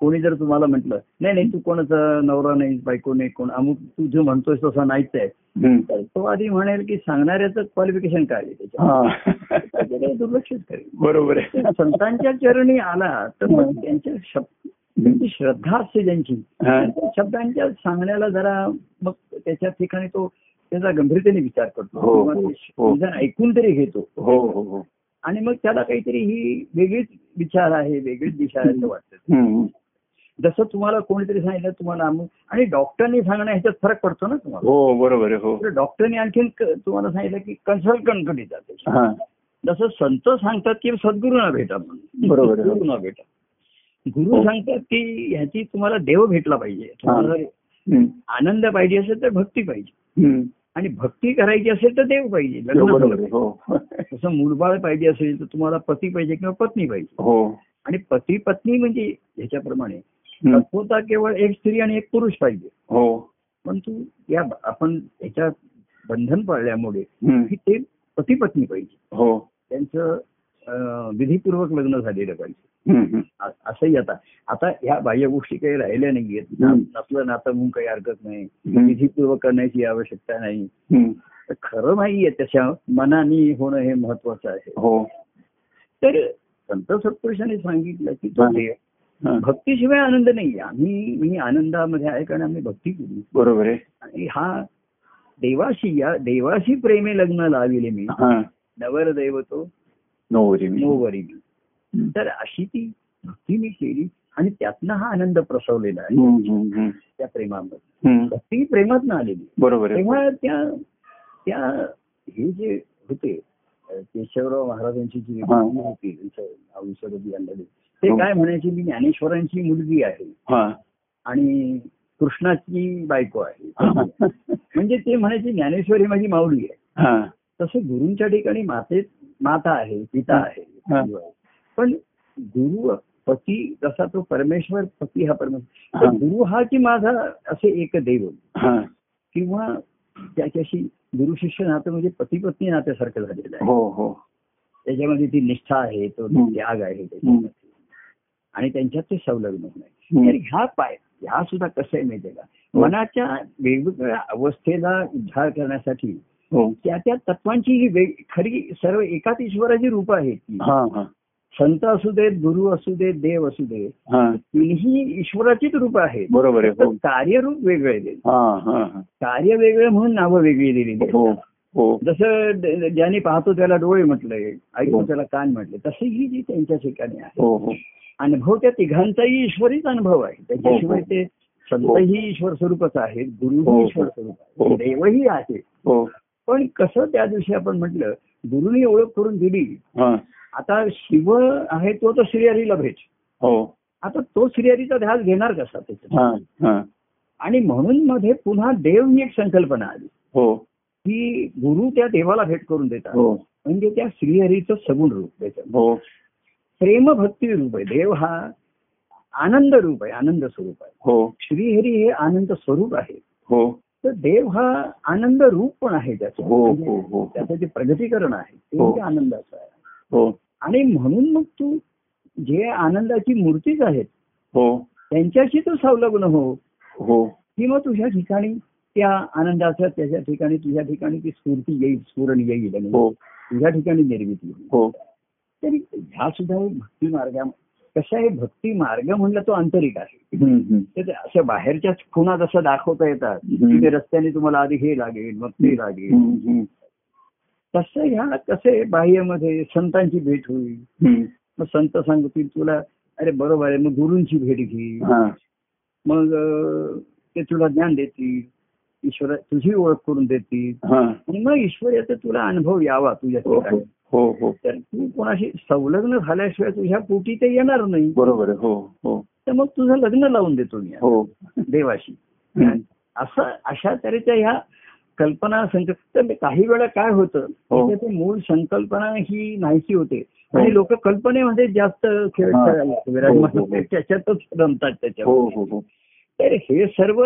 [SPEAKER 1] कोणी जर तुम्हाला म्हटलं नाही नाही तू कोणाचा नवरा नाही बायको नाही कोण अमुक तू जो म्हणतोय तसा नाहीच आहे
[SPEAKER 2] हम्म.
[SPEAKER 1] तर तो आधी म्हणेल की सांगणाऱ्याचं क्वालिफिकेशन काय आहे त्याच्यात
[SPEAKER 2] हा.
[SPEAKER 1] त्याच्याकडे दुर्लक्षच करेल
[SPEAKER 2] बरोबर आहे
[SPEAKER 1] तर संतांच्या चरणी आला तर मग त्यांच्या शब्द
[SPEAKER 2] हम्म.
[SPEAKER 1] जी श्रद्धा असते ज्यांची
[SPEAKER 2] हा.
[SPEAKER 1] त्या शब्दांच्या सांगण्याला जरा मग त्याच्या ठिकाणी तो त्याचा गंभीरतेने विचार करतो
[SPEAKER 2] हो,
[SPEAKER 1] किंवा
[SPEAKER 2] हो,
[SPEAKER 1] ते
[SPEAKER 2] हो.
[SPEAKER 1] निदान ऐकून तरी घेतो
[SPEAKER 2] हो हो हो
[SPEAKER 1] आणि मग त्याला काहीतरी ही वेगळीच विचार आहे वेगळीच दिशा आहे असं वाटतं
[SPEAKER 2] हम्म.
[SPEAKER 1] जसं तुम्हाला कोणीतरी सांगितलं तुम्हाला अमुक आणि डॉक्टरने सांगणं ह्याच्यात फरक पडतो ना तुम्हाला
[SPEAKER 2] हो बरोबर आहे हो
[SPEAKER 1] तर डॉक्टरने आणखीन क- तुम्हाला सांगितलं की कन्सल्टंटकडे जाते
[SPEAKER 2] हा
[SPEAKER 1] जसं संत सांगतात की सद्गुरूंना भेटा म्हणून
[SPEAKER 2] बरोबर आहे.
[SPEAKER 1] गुरुना भेटा गुरु
[SPEAKER 2] हो.
[SPEAKER 1] सांगतात की ह्याची तुम्हाला देव भेटला पाहिजे तुम्हाला जर
[SPEAKER 2] हम्म.
[SPEAKER 1] आनंद पाहिजे असेल तर भक्ती पाहिजे
[SPEAKER 2] हम्म.
[SPEAKER 1] आणि भक्ती करायची असेल तर देव पाहिजे लग्न झालं
[SPEAKER 2] बरोबर
[SPEAKER 1] पाहिजे.
[SPEAKER 2] आहे. हो
[SPEAKER 1] तसं मूलबाळ पाहिजे असेल तर तुम्हाला पती पाहिजे किंवा पत्नी पाहिजे
[SPEAKER 2] हो
[SPEAKER 1] आणि पती पत्नी म्हणजे ह्याच्याप्रमाणे
[SPEAKER 2] हम्म.
[SPEAKER 1] तत्वता केवळ एक स्त्री आणि एक पुरुष पाहिजे
[SPEAKER 2] हो
[SPEAKER 1] परंतु या आपण याच्या बंधन पाळल्यामुळे की
[SPEAKER 2] हम्म.
[SPEAKER 1] ते पती पत्नी पाहिजे
[SPEAKER 2] हो
[SPEAKER 1] त्यांचं अं, विधिपूर्वक लग्न झालेलं पाहिजे
[SPEAKER 2] हम्म. हम्म.
[SPEAKER 1] अ- असंही आता आता ह्या बाह्य गोष्टी काही राहिल्या नाहीयेत
[SPEAKER 2] हम्म.
[SPEAKER 1] आपलं नातं म्हणून काही हरकत नाही
[SPEAKER 2] हम्म.
[SPEAKER 1] विधीपूर्वक करण्याची आवश्यकता नाही
[SPEAKER 2] हम्म.
[SPEAKER 1] तर खरं नाहीये त्याच्या मनाने होणं हे महत्वाचं आहे
[SPEAKER 2] हो
[SPEAKER 1] तर संत सत्पुरुषाने सांगितलं की
[SPEAKER 2] हा.
[SPEAKER 1] ते
[SPEAKER 2] हा.
[SPEAKER 1] भक्तीशिवाय आनंद नाही आम्ही मी आनंदामध्ये आहे कारण आम्ही भक्ती केली
[SPEAKER 2] बरोबर आहे
[SPEAKER 1] आणि हा देवाशी या देवाशी प्रेमे लग्न लाविले मी
[SPEAKER 2] हा
[SPEAKER 1] नवर दैवतो
[SPEAKER 2] नोवरी मी
[SPEAKER 1] मोवरी मी
[SPEAKER 2] हम्म.
[SPEAKER 1] तर अशी ती भक्ती मी केली आणि त्यातनं हा आनंद प्रसवलेला आहे
[SPEAKER 2] हम्म. हम्म. हम्म.
[SPEAKER 1] त्या प्रेमामध्ये
[SPEAKER 2] हम्म.
[SPEAKER 1] भक्ती प्रेमात आलेली
[SPEAKER 2] बरोबर आहे
[SPEAKER 1] तेव्हा त्या त्या हे जे होते अं, केशवराव महाराजांची जी
[SPEAKER 2] हा.
[SPEAKER 1] मुलगी होती त्यांचं नाव विसरत गेलं. ते
[SPEAKER 2] हो.
[SPEAKER 1] काय म्हणायचे मी ज्ञानेश्वरांची मुलगी आहे
[SPEAKER 2] हा
[SPEAKER 1] आणि कृष्णाची बायको आहे
[SPEAKER 2] हा.
[SPEAKER 1] म्हणजे ते म्हणायचे ज्ञानेश्वरी माझी माऊली आहे
[SPEAKER 2] हा.
[SPEAKER 1] तसं गुरुंच्या ठिकाणी माते माता आहे पिता आहे
[SPEAKER 2] हा.
[SPEAKER 1] जीव आहे. पण गुरु पती जसा तो परमेश्वर पती हा परमेश्वर तर
[SPEAKER 2] हा.
[SPEAKER 1] गुरु हा की माझा असे एक देव
[SPEAKER 2] हा.
[SPEAKER 1] किंवा त्याच्याशी गुरु शिष्य नातं म्हणजे पती पत्नी नात्यासारखं झालेलं आहे
[SPEAKER 2] हो हो
[SPEAKER 1] त्याच्यामध्ये ती निष्ठा आहे तो
[SPEAKER 2] हम्म.
[SPEAKER 1] त्याग आहे त्याच्यामध्ये आणि त्यांच्यात ते संलग्न होणं आहे. तर
[SPEAKER 2] हम्म.
[SPEAKER 1] ह्या पाय ह्या सुद्धा कसं आहे माहितीये का
[SPEAKER 2] हो.
[SPEAKER 1] मनाच्या वेगवेगळ्या अवस्थेला उद्धार करण्यासाठी
[SPEAKER 2] हो
[SPEAKER 1] त्या त्या तत्वांची ही वेग खरी सर्व एकाच ईश्वराची रूप आहेत ती.
[SPEAKER 2] हा हा
[SPEAKER 1] संत असू देत गुरु असू देत देव असू देत
[SPEAKER 2] हा
[SPEAKER 1] तिन्ही ईश्वराचीच रूप आहेत
[SPEAKER 2] बरोबर आहे
[SPEAKER 1] तर
[SPEAKER 2] हो
[SPEAKER 1] कार्यरूप वेगळे आहे
[SPEAKER 2] हा हा हा.
[SPEAKER 1] कार्य वेगळं म्हणून नावं वेगळी दिलेली आहेत.
[SPEAKER 2] हो हो
[SPEAKER 1] जसं ड- ज्याने पाहतो त्याला डोळे म्हटलंय ऐकतो
[SPEAKER 2] हो.
[SPEAKER 1] त्याला कान म्हटले तशी ही जी त्यांच्या ठिकाणी आहे
[SPEAKER 2] हो हो
[SPEAKER 1] अनुभव त्या तिघांचाही ईश्वरीच अनुभव आहे त्याच्याशिवाय
[SPEAKER 2] हो.
[SPEAKER 1] ते संतही ईश्वर स्वरूपच आहेत
[SPEAKER 2] हो,
[SPEAKER 1] गुरुही
[SPEAKER 2] हो.
[SPEAKER 1] ईश्वर स्वरूप
[SPEAKER 2] हो.
[SPEAKER 1] आहे देवही आहे
[SPEAKER 2] हो
[SPEAKER 1] पण कसं त्या दिवशी आपण म्हटलं गुरुनी ओळख करून दिली
[SPEAKER 2] हा
[SPEAKER 1] आता शिव आहे तो तर श्रीहरीला भेट
[SPEAKER 2] हो
[SPEAKER 1] आता तो श्रीहरीचा ध्यास घेणार कसा त्याच्यात
[SPEAKER 2] हा हा
[SPEAKER 1] आणि म्हणून मध्ये पुन्हा देव ही एक संकल्पना आली
[SPEAKER 2] हो
[SPEAKER 1] की गुरु त्या देवाला भेट करून देतात
[SPEAKER 2] हो
[SPEAKER 1] म्हणजे त्या श्रीहरीचं सगुण रूप त्याचं
[SPEAKER 2] हो
[SPEAKER 1] प्रेम भक्ती रूप आहे देव हा आनंद रूप आहे आनंद स्वरूप आहे
[SPEAKER 2] हो
[SPEAKER 1] श्रीहरी हे आनंद स्वरूप आहे
[SPEAKER 2] हो
[SPEAKER 1] तर देव हा आनंद रूप पण आहे त्याचं
[SPEAKER 2] हो, हो, हो.
[SPEAKER 1] म्हणजे त्याचं जे प्रगतीकरण आहे ते
[SPEAKER 2] हो.
[SPEAKER 1] म्हणजे आनंदाचं आहे
[SPEAKER 2] हो
[SPEAKER 1] आणि म्हणून मग तू जे आनंदाची मूर्तीच आहेत
[SPEAKER 2] हो
[SPEAKER 1] त्यांच्याशी तू संलग्न हो
[SPEAKER 2] हो
[SPEAKER 1] की मग तुझ्या ठिकाणी त्या आनंदाच्या त्याच्या ठिकाणी तुझ्या ठिकाणी ती स्फूर्ती येईल स्फुरण येईल आणि
[SPEAKER 2] हो
[SPEAKER 1] तुझ्या ठिकाणी निर्मिती होईल
[SPEAKER 2] हो
[SPEAKER 1] तरी ह्या सुद्धा एक भक्ती मार्गा कसं आहे भक्ती मार्ग म्हणलं तो आंतरिक आहे
[SPEAKER 2] हम्म, हम्म.
[SPEAKER 1] तर ते अशा बाहेरच्या खुणा जसं दाखवता येतात
[SPEAKER 2] हम्म.
[SPEAKER 1] की ते रस्त्याने तुम्हाला आधी हे लागेल मग ते लागेल
[SPEAKER 2] हम्म, हम्म.
[SPEAKER 1] तसं ह्या कसे बाह्यमध्ये संतांची भेट होईल
[SPEAKER 2] हम्म.
[SPEAKER 1] मग संत सांगतील तुला अरे बरोबर आहे मग गुरूंची भेट घे
[SPEAKER 2] हा
[SPEAKER 1] मग अं, ते तुला ज्ञान देतील ईश्वर तुझी ओळख करून देतील
[SPEAKER 2] हा
[SPEAKER 1] आणि मग ईश्वर याचा तुला अनुभव यावा तुझ्या
[SPEAKER 2] हो हो
[SPEAKER 1] ठिकाणी
[SPEAKER 2] हो हो
[SPEAKER 1] तर तू कोणाशी संलग्न झाल्याशिवाय तुझ्या पोटी ते येणार नाही
[SPEAKER 2] बरोबर आहे हो हो
[SPEAKER 1] तर मग तुझं लग्न लावून देतो मी
[SPEAKER 2] हो
[SPEAKER 1] देवाशी
[SPEAKER 2] हम्म.
[SPEAKER 1] असं अशा तऱ्हेच्या ह्या कल्पना संकल्प तर काही वेळा काय होतं
[SPEAKER 2] हो.
[SPEAKER 1] की त्याची मूळ संकल्पना ही नाहीशी होते
[SPEAKER 2] हो.
[SPEAKER 1] आणि लोक कल्पनेमध्ये जास्त खेळ
[SPEAKER 2] हा.
[SPEAKER 1] खेळायला लागतात. विराजमान
[SPEAKER 2] हो, हो, हो.
[SPEAKER 1] होते, त्याच्यातच रमतात
[SPEAKER 2] हो
[SPEAKER 1] त्याच्यावर
[SPEAKER 2] हो हो
[SPEAKER 1] तर हे सर्व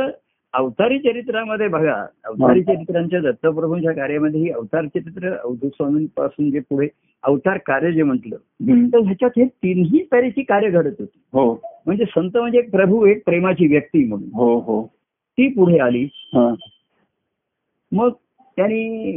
[SPEAKER 1] अवतारी चरित्रामध्ये बघा अवतारी चरित्रांच्या दत्तप्रभूंच्या कार्यामध्ये ही अवतार चरित्र अवधूत स्वामींपासून जे पुढे अवतार कार्य जे म्हटलं
[SPEAKER 2] हम्म.
[SPEAKER 1] तर ह्याच्यात हे तिन्ही तऱ्हेची कार्य घडत होती
[SPEAKER 2] हो
[SPEAKER 1] म्हणजे संत म्हणजे एक प्रभू एक प्रेमाची व्यक्ती म्हणून
[SPEAKER 2] हो हो
[SPEAKER 1] ती पुढे आली
[SPEAKER 2] हा
[SPEAKER 1] मग त्यांनी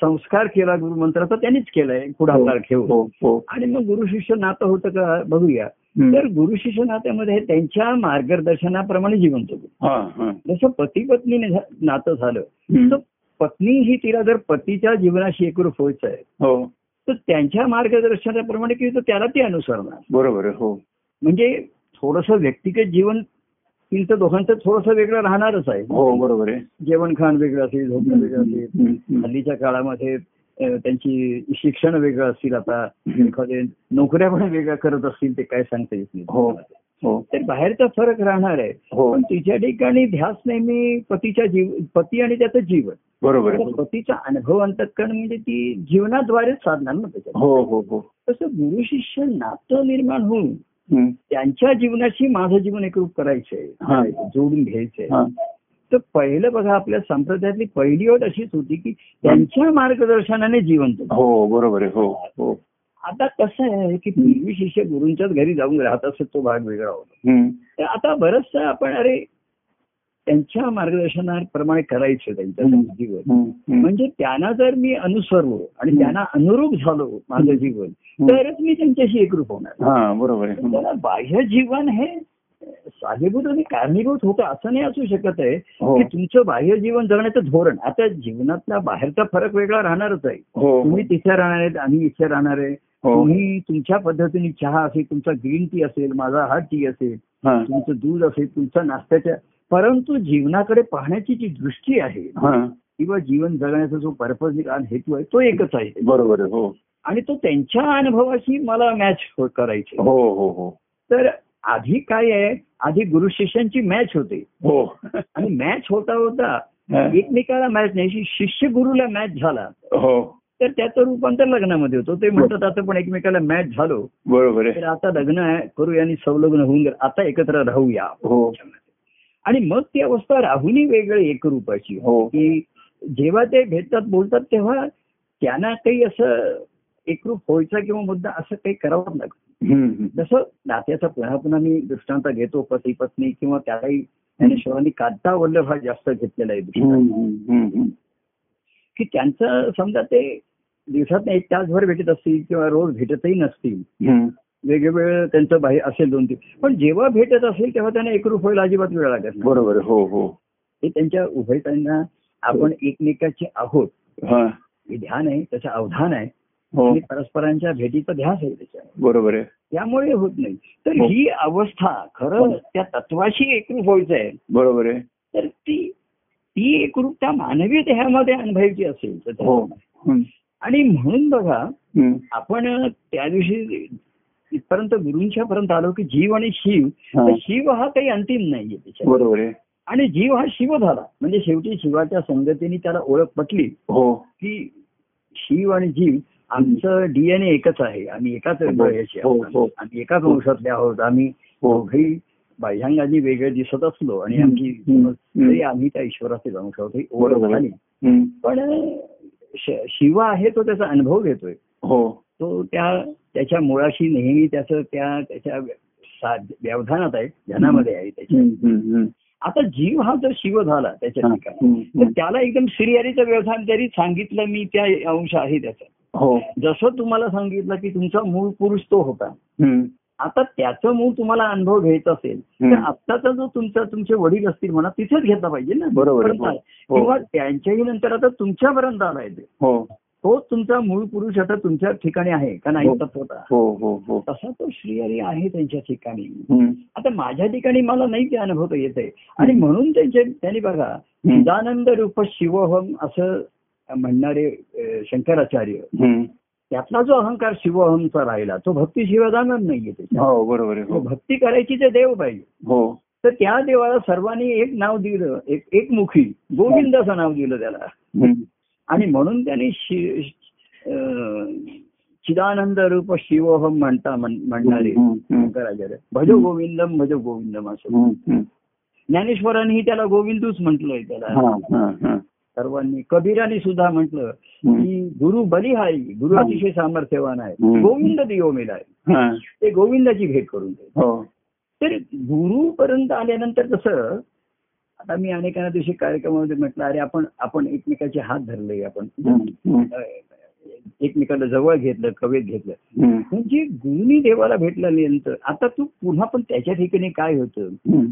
[SPEAKER 1] संस्कार केला गुरुमंत्राचा त्यांनीच केलाय पुढाकार घेऊन
[SPEAKER 2] हो हो
[SPEAKER 1] आणि मग गुरु शिष्य नातं होतं का बघूया
[SPEAKER 2] हम्म.
[SPEAKER 1] तर गुरु शिष्य नात्यामध्ये त्यांच्या मार्गदर्शनाप्रमाणे जीवन जगू
[SPEAKER 2] हा हा
[SPEAKER 1] जसं पती पत्नीने नातं झालं
[SPEAKER 2] हम्म.
[SPEAKER 1] तर पत्नी ही तिला जर पतीच्या जीवनाशी एकरूप व्हायचं आहे
[SPEAKER 2] हो
[SPEAKER 1] तर त्यांच्या मार्गदर्शनाप्रमाणे केली तर त्याला ती अनुसरणार
[SPEAKER 2] बरोबर आहे हो
[SPEAKER 1] म्हणजे थोडस व्यक्तिगत जीवन तिचं दोघांचं थोडंसं वेगळं राहणारच आहे
[SPEAKER 2] हो बरोबर आहे
[SPEAKER 1] जेवण खाण वेगळं असेल झोपणं वेगळं असेल
[SPEAKER 2] हम्म, हम्म.
[SPEAKER 1] हल्लीच्या काळामध्ये अ, त्यांची म्हणजे शिक्षण वेगळं असतील आता एखादे नोकऱ्या पण वेगळ्या करत असतील ते काय सांगता येत
[SPEAKER 2] हो.
[SPEAKER 1] नाही
[SPEAKER 2] हो
[SPEAKER 1] तर बाहेरचा फरक राहणार आहे
[SPEAKER 2] हो.
[SPEAKER 1] पण तिच्या ठिकाणी ध्यास नेहमी पतीच्या जीव पती आणि त्याचं जीवन
[SPEAKER 2] बरोबर आहे.
[SPEAKER 1] आता पतीचा अनुभव अंतकरण म्हणजे ती जीवनाद्वारेच साधणार ना त्याच्यात
[SPEAKER 2] हो हो हो
[SPEAKER 1] तसं गुरु शिष्य नातं निर्माण होऊन
[SPEAKER 2] हं.
[SPEAKER 1] त्यांच्या जीवनाशी माझं जीवन एकरूप करायचंय
[SPEAKER 2] हा.
[SPEAKER 1] जोडून घ्यायचंय
[SPEAKER 2] हा.
[SPEAKER 1] तर पहिलं बघा आपल्या संप्रदायातली पहिली अट अशीच होती की त्यांच्या मार्गदर्शनाने जीवन जगू.
[SPEAKER 2] हो बरोबर आहे हो हो
[SPEAKER 1] आता कसं आहे की पूर्वी शिष्य गुरूंच्याच घरी जाऊन राहत असत तो भाग वेगळा होता
[SPEAKER 2] हं.
[SPEAKER 1] तर आता बरचसं आपण अरे त्यांच्या मार्गदर्शनाप्रमाणे करायचं त्यांच्या
[SPEAKER 2] हं.
[SPEAKER 1] जीवन
[SPEAKER 2] हं. हं.
[SPEAKER 1] म्हणजे त्यांना जर मी अनुसरलो आणि
[SPEAKER 2] हं.
[SPEAKER 1] त्यांना अनुरूप झालो माझं
[SPEAKER 2] हं.
[SPEAKER 1] जीवन तरच मी त्यांच्याशी एकरूप होणार
[SPEAKER 2] हा बरोबर आहे हं.
[SPEAKER 1] त्याला बाह्य जीवन हे साधीभूत आणि कारणीभूत होतं असं नाही असू शकत आहे
[SPEAKER 2] हो
[SPEAKER 1] की तुमचं बाह्य जीवन जगण्याचं धोरण आता जीवनातला बाहेरचा फरक वेगळा राहणारच आहे
[SPEAKER 2] हो
[SPEAKER 1] तुम्ही तिथे राहणार आहेत आम्ही इथे राहणार आहे
[SPEAKER 2] हो
[SPEAKER 1] तुम्ही तुमच्या पद्धतीने चहा असेल तुमचा ग्रीन टी असेल माझा हा टी असेल
[SPEAKER 2] हा
[SPEAKER 1] तुमचं दूध असेल तुमचा नाश्त्याच्या परंतु जीवनाकडे पाहण्याची जी दृष्टी आहे
[SPEAKER 2] हा
[SPEAKER 1] किंवा जीवन जगण्याचा जो पर्पज आणि हेतू आहे तो एकच आहे
[SPEAKER 2] बरोबर आहे हो
[SPEAKER 1] आणि तो त्यांच्या अनुभवाशी मला मॅच करायची
[SPEAKER 2] हो हो हो
[SPEAKER 1] तर आधी काय आहे आधी गुरु शिष्यांची मॅच होते
[SPEAKER 2] हो
[SPEAKER 1] आणि मॅच होता होता
[SPEAKER 2] हा.
[SPEAKER 1] एकमेकाला मॅच नाही शि- शिष्य गुरुला मॅच झाला
[SPEAKER 2] हो
[SPEAKER 1] तर त्याचं रूपांतर लग्नामध्ये होतं ते म्हणतात आता पण एकमेकाला मॅच झालो
[SPEAKER 2] बरोबर आहे
[SPEAKER 1] तर आता लग्न आहे करूया आणि संलग्न होऊन गेलं. आता एकत्र राहूया
[SPEAKER 2] हो
[SPEAKER 1] आणि मग ती अवस्था राहूनही वेगळी एकरूपाची
[SPEAKER 2] हो
[SPEAKER 1] की जेव्हा ते भेटतात बोलतात तेव्हा त्यांना काही असं एकरूप व्हायचा किंवा मुद्दा असं काही करावं लागतं
[SPEAKER 2] हं, हं.
[SPEAKER 1] जसं नात्याचा पुन्हा पुन्हा मी दृष्टांत घेतो पती पत्नी किंवा त्यालाही ज्ञानेश्वरांनी कांता वल्लभ हा जास्त घेतलेला आहे दृष्टांत.
[SPEAKER 2] हं, हं, हं, हं.
[SPEAKER 1] की त्यांचं समजा ते दिवसात एक तासभर भेटत असतील किंवा रोज भेटतही नसतील
[SPEAKER 2] हं.
[SPEAKER 1] वेगवेगळं त्यांचं बाहेर असेल दोन तीन पण जेव्हा भेटत असेल तेव्हा त्यांना एकरूप व्हायला अजिबात वेळ लागत नाही
[SPEAKER 2] बरोबर आहे. हो हो
[SPEAKER 1] हे त्यांच्या उभयतांना आपण एकमेकाचे आहोत
[SPEAKER 2] हा
[SPEAKER 1] हे ध्यान आहे त्याचं अवधान आहे
[SPEAKER 2] हो
[SPEAKER 1] आणि परस्परांच्या भेटीचा ध्यास आहे त्याच्यावर
[SPEAKER 2] बरोबर आहे
[SPEAKER 1] त्यामुळे होत नाही तर
[SPEAKER 2] हो.
[SPEAKER 1] ही अवस्था खरं
[SPEAKER 2] हो.
[SPEAKER 1] त्या तत्वाशी एकरूप व्हायचं आहे
[SPEAKER 2] बरोबर आहे
[SPEAKER 1] तर ती ती एकरूपता मानवी देहामध्ये अनुभवायची असेल तर
[SPEAKER 2] हो
[SPEAKER 1] त्या-
[SPEAKER 2] हं,
[SPEAKER 1] आणि म्हणून बघा
[SPEAKER 2] हं.
[SPEAKER 1] आपण त्या दिवशी इथपर्यंत गुरुंच्या पर्यंत आलो की जीव आणि शिव
[SPEAKER 2] हा.
[SPEAKER 1] तर शिव हा काही अंतिम नाहीये त्याच्यात
[SPEAKER 2] बरोबर आहे
[SPEAKER 1] आणि जीव हा शिव झाला म्हणजे शेवटी शिवाच्या संगतीने त्याला ओळख पटली
[SPEAKER 2] हो
[SPEAKER 1] की शिव आणि जीव आमचं डीएनए एकच आहे आम्ही एकाच
[SPEAKER 2] हो,
[SPEAKER 1] हृदयाचे
[SPEAKER 2] हो,
[SPEAKER 1] आहोत.
[SPEAKER 2] हो.
[SPEAKER 1] आम्ही एकाच वंशातले आहोत आम्ही
[SPEAKER 2] हो
[SPEAKER 1] दोघेही बाह्यांगाने वेगळे दिसत असलो आणि आमची
[SPEAKER 2] हम्म.
[SPEAKER 1] तरी आम्ही त्या ईश्वराचे वंश आहोत ही ओळख
[SPEAKER 2] बरोबर.
[SPEAKER 1] झाली
[SPEAKER 2] हं.
[SPEAKER 1] पण श- शिव आहे तो त्याचा अनुभव घेतोय
[SPEAKER 2] हो
[SPEAKER 1] तो त्या त्याच्या मुळाशी नेहमी त्याचं त्या त्याच्या साध- व्यवधानात आहे ध्यानामध्ये आहे त्याच्या
[SPEAKER 2] हं, हं, हं.
[SPEAKER 1] आता जीव हा जर शिव झाला त्याच्या
[SPEAKER 2] हा.
[SPEAKER 1] ठिकाणी
[SPEAKER 2] हं,
[SPEAKER 1] तर
[SPEAKER 2] हं.
[SPEAKER 1] त्याला एकदम श्रीहरीचं व्यवधान जरी सांगितलं मी त्या अंश आहे त्याचा
[SPEAKER 2] हो
[SPEAKER 1] जसं तुम्हाला सांगितलं की तुमचा मूळ पुरुष तो होता
[SPEAKER 2] हं,
[SPEAKER 1] आता त्याचं मूळ तुम्हाला अनुभव घ्यायचा असेल तर
[SPEAKER 2] हं.
[SPEAKER 1] आत्ताचा जो तुमचा तुमचे वडील असतील म्हणा तिथेच घेतला पाहिजे ना
[SPEAKER 2] बरोबर आहे.
[SPEAKER 1] तिथपर्यंत आहे.
[SPEAKER 2] हो.
[SPEAKER 1] किंवा त्यांच्याही नंतर आता तुमच्यापर्यंत आला आहे
[SPEAKER 2] हो
[SPEAKER 1] तो तुमचा मूळ पुरुष आता तुमच्या ठिकाणी आहे का नाही
[SPEAKER 2] हो.
[SPEAKER 1] तत्व होता
[SPEAKER 2] हो हो हो
[SPEAKER 1] तसा तो श्रीहरी आहे त्यांच्या ठिकाणी
[SPEAKER 2] हं,
[SPEAKER 1] आता माझ्या ठिकाणी मला नाही ते अनुभवता येत आहे आणि म्हणून त्यांचे त्यांनी बघा चिदानंद रूप शिवहम असं म्हणणारे अं, शंकराचार्य
[SPEAKER 2] हं.
[SPEAKER 1] त्यातला जो अहंकार शिवहमचा राहिला तो भक्तीशिवाय जाणार नाहीये त्याच्यात.
[SPEAKER 2] हो बरोबर आहे
[SPEAKER 1] तो
[SPEAKER 2] हो
[SPEAKER 1] भक्ती करायची ते देव पाहिजे
[SPEAKER 2] हो
[SPEAKER 1] तर त्या देवाला सर्वांनी एक नाव दिलं एक एकमुखी गोविंदाचं नाव दिलं त्याला
[SPEAKER 2] हं.
[SPEAKER 1] आणि म्हणून त्यांनी शि- अं, चिदानंद रूप शिवोहम म्हणता म्हण- म्हणणारे
[SPEAKER 2] हं, हं.
[SPEAKER 1] शंकराचार्य भज गोविंदम भज गोविंदम असं
[SPEAKER 2] हं, हं.
[SPEAKER 1] ज्ञानेश्वरांनी त्याला गोविंदूच म्हटलंय
[SPEAKER 2] हा,
[SPEAKER 1] त्याला
[SPEAKER 2] हा, हा.
[SPEAKER 1] सर्वांनी कबीराने सुद्हा म्हटलं
[SPEAKER 2] हं.
[SPEAKER 1] की गुरु बलिहारी गुरु अतिशय सामर्थ्यवान आहे
[SPEAKER 2] हं.
[SPEAKER 1] गोविंद दियो मिलाय
[SPEAKER 2] हा.
[SPEAKER 1] ते गोविंदाची भेट करून दे
[SPEAKER 2] हो
[SPEAKER 1] तर गुरुपर्यंत आल्यानंतर कसं आता मी अनेकांना दिवशी कार्यक्रमामध्ये म्हटलं अरे आपण आपण एकमेकाचे हात धरले आपण
[SPEAKER 2] हं, हं.
[SPEAKER 1] अ, एकमेकाला जवळ घेतलं कवेत घेतलं
[SPEAKER 2] हं.
[SPEAKER 1] म्हणजे गुरुनी देवाला भेटल्यानंतर आता तू पुन्हा पण त्याच्या ठिकाणी काय होतं
[SPEAKER 2] हं.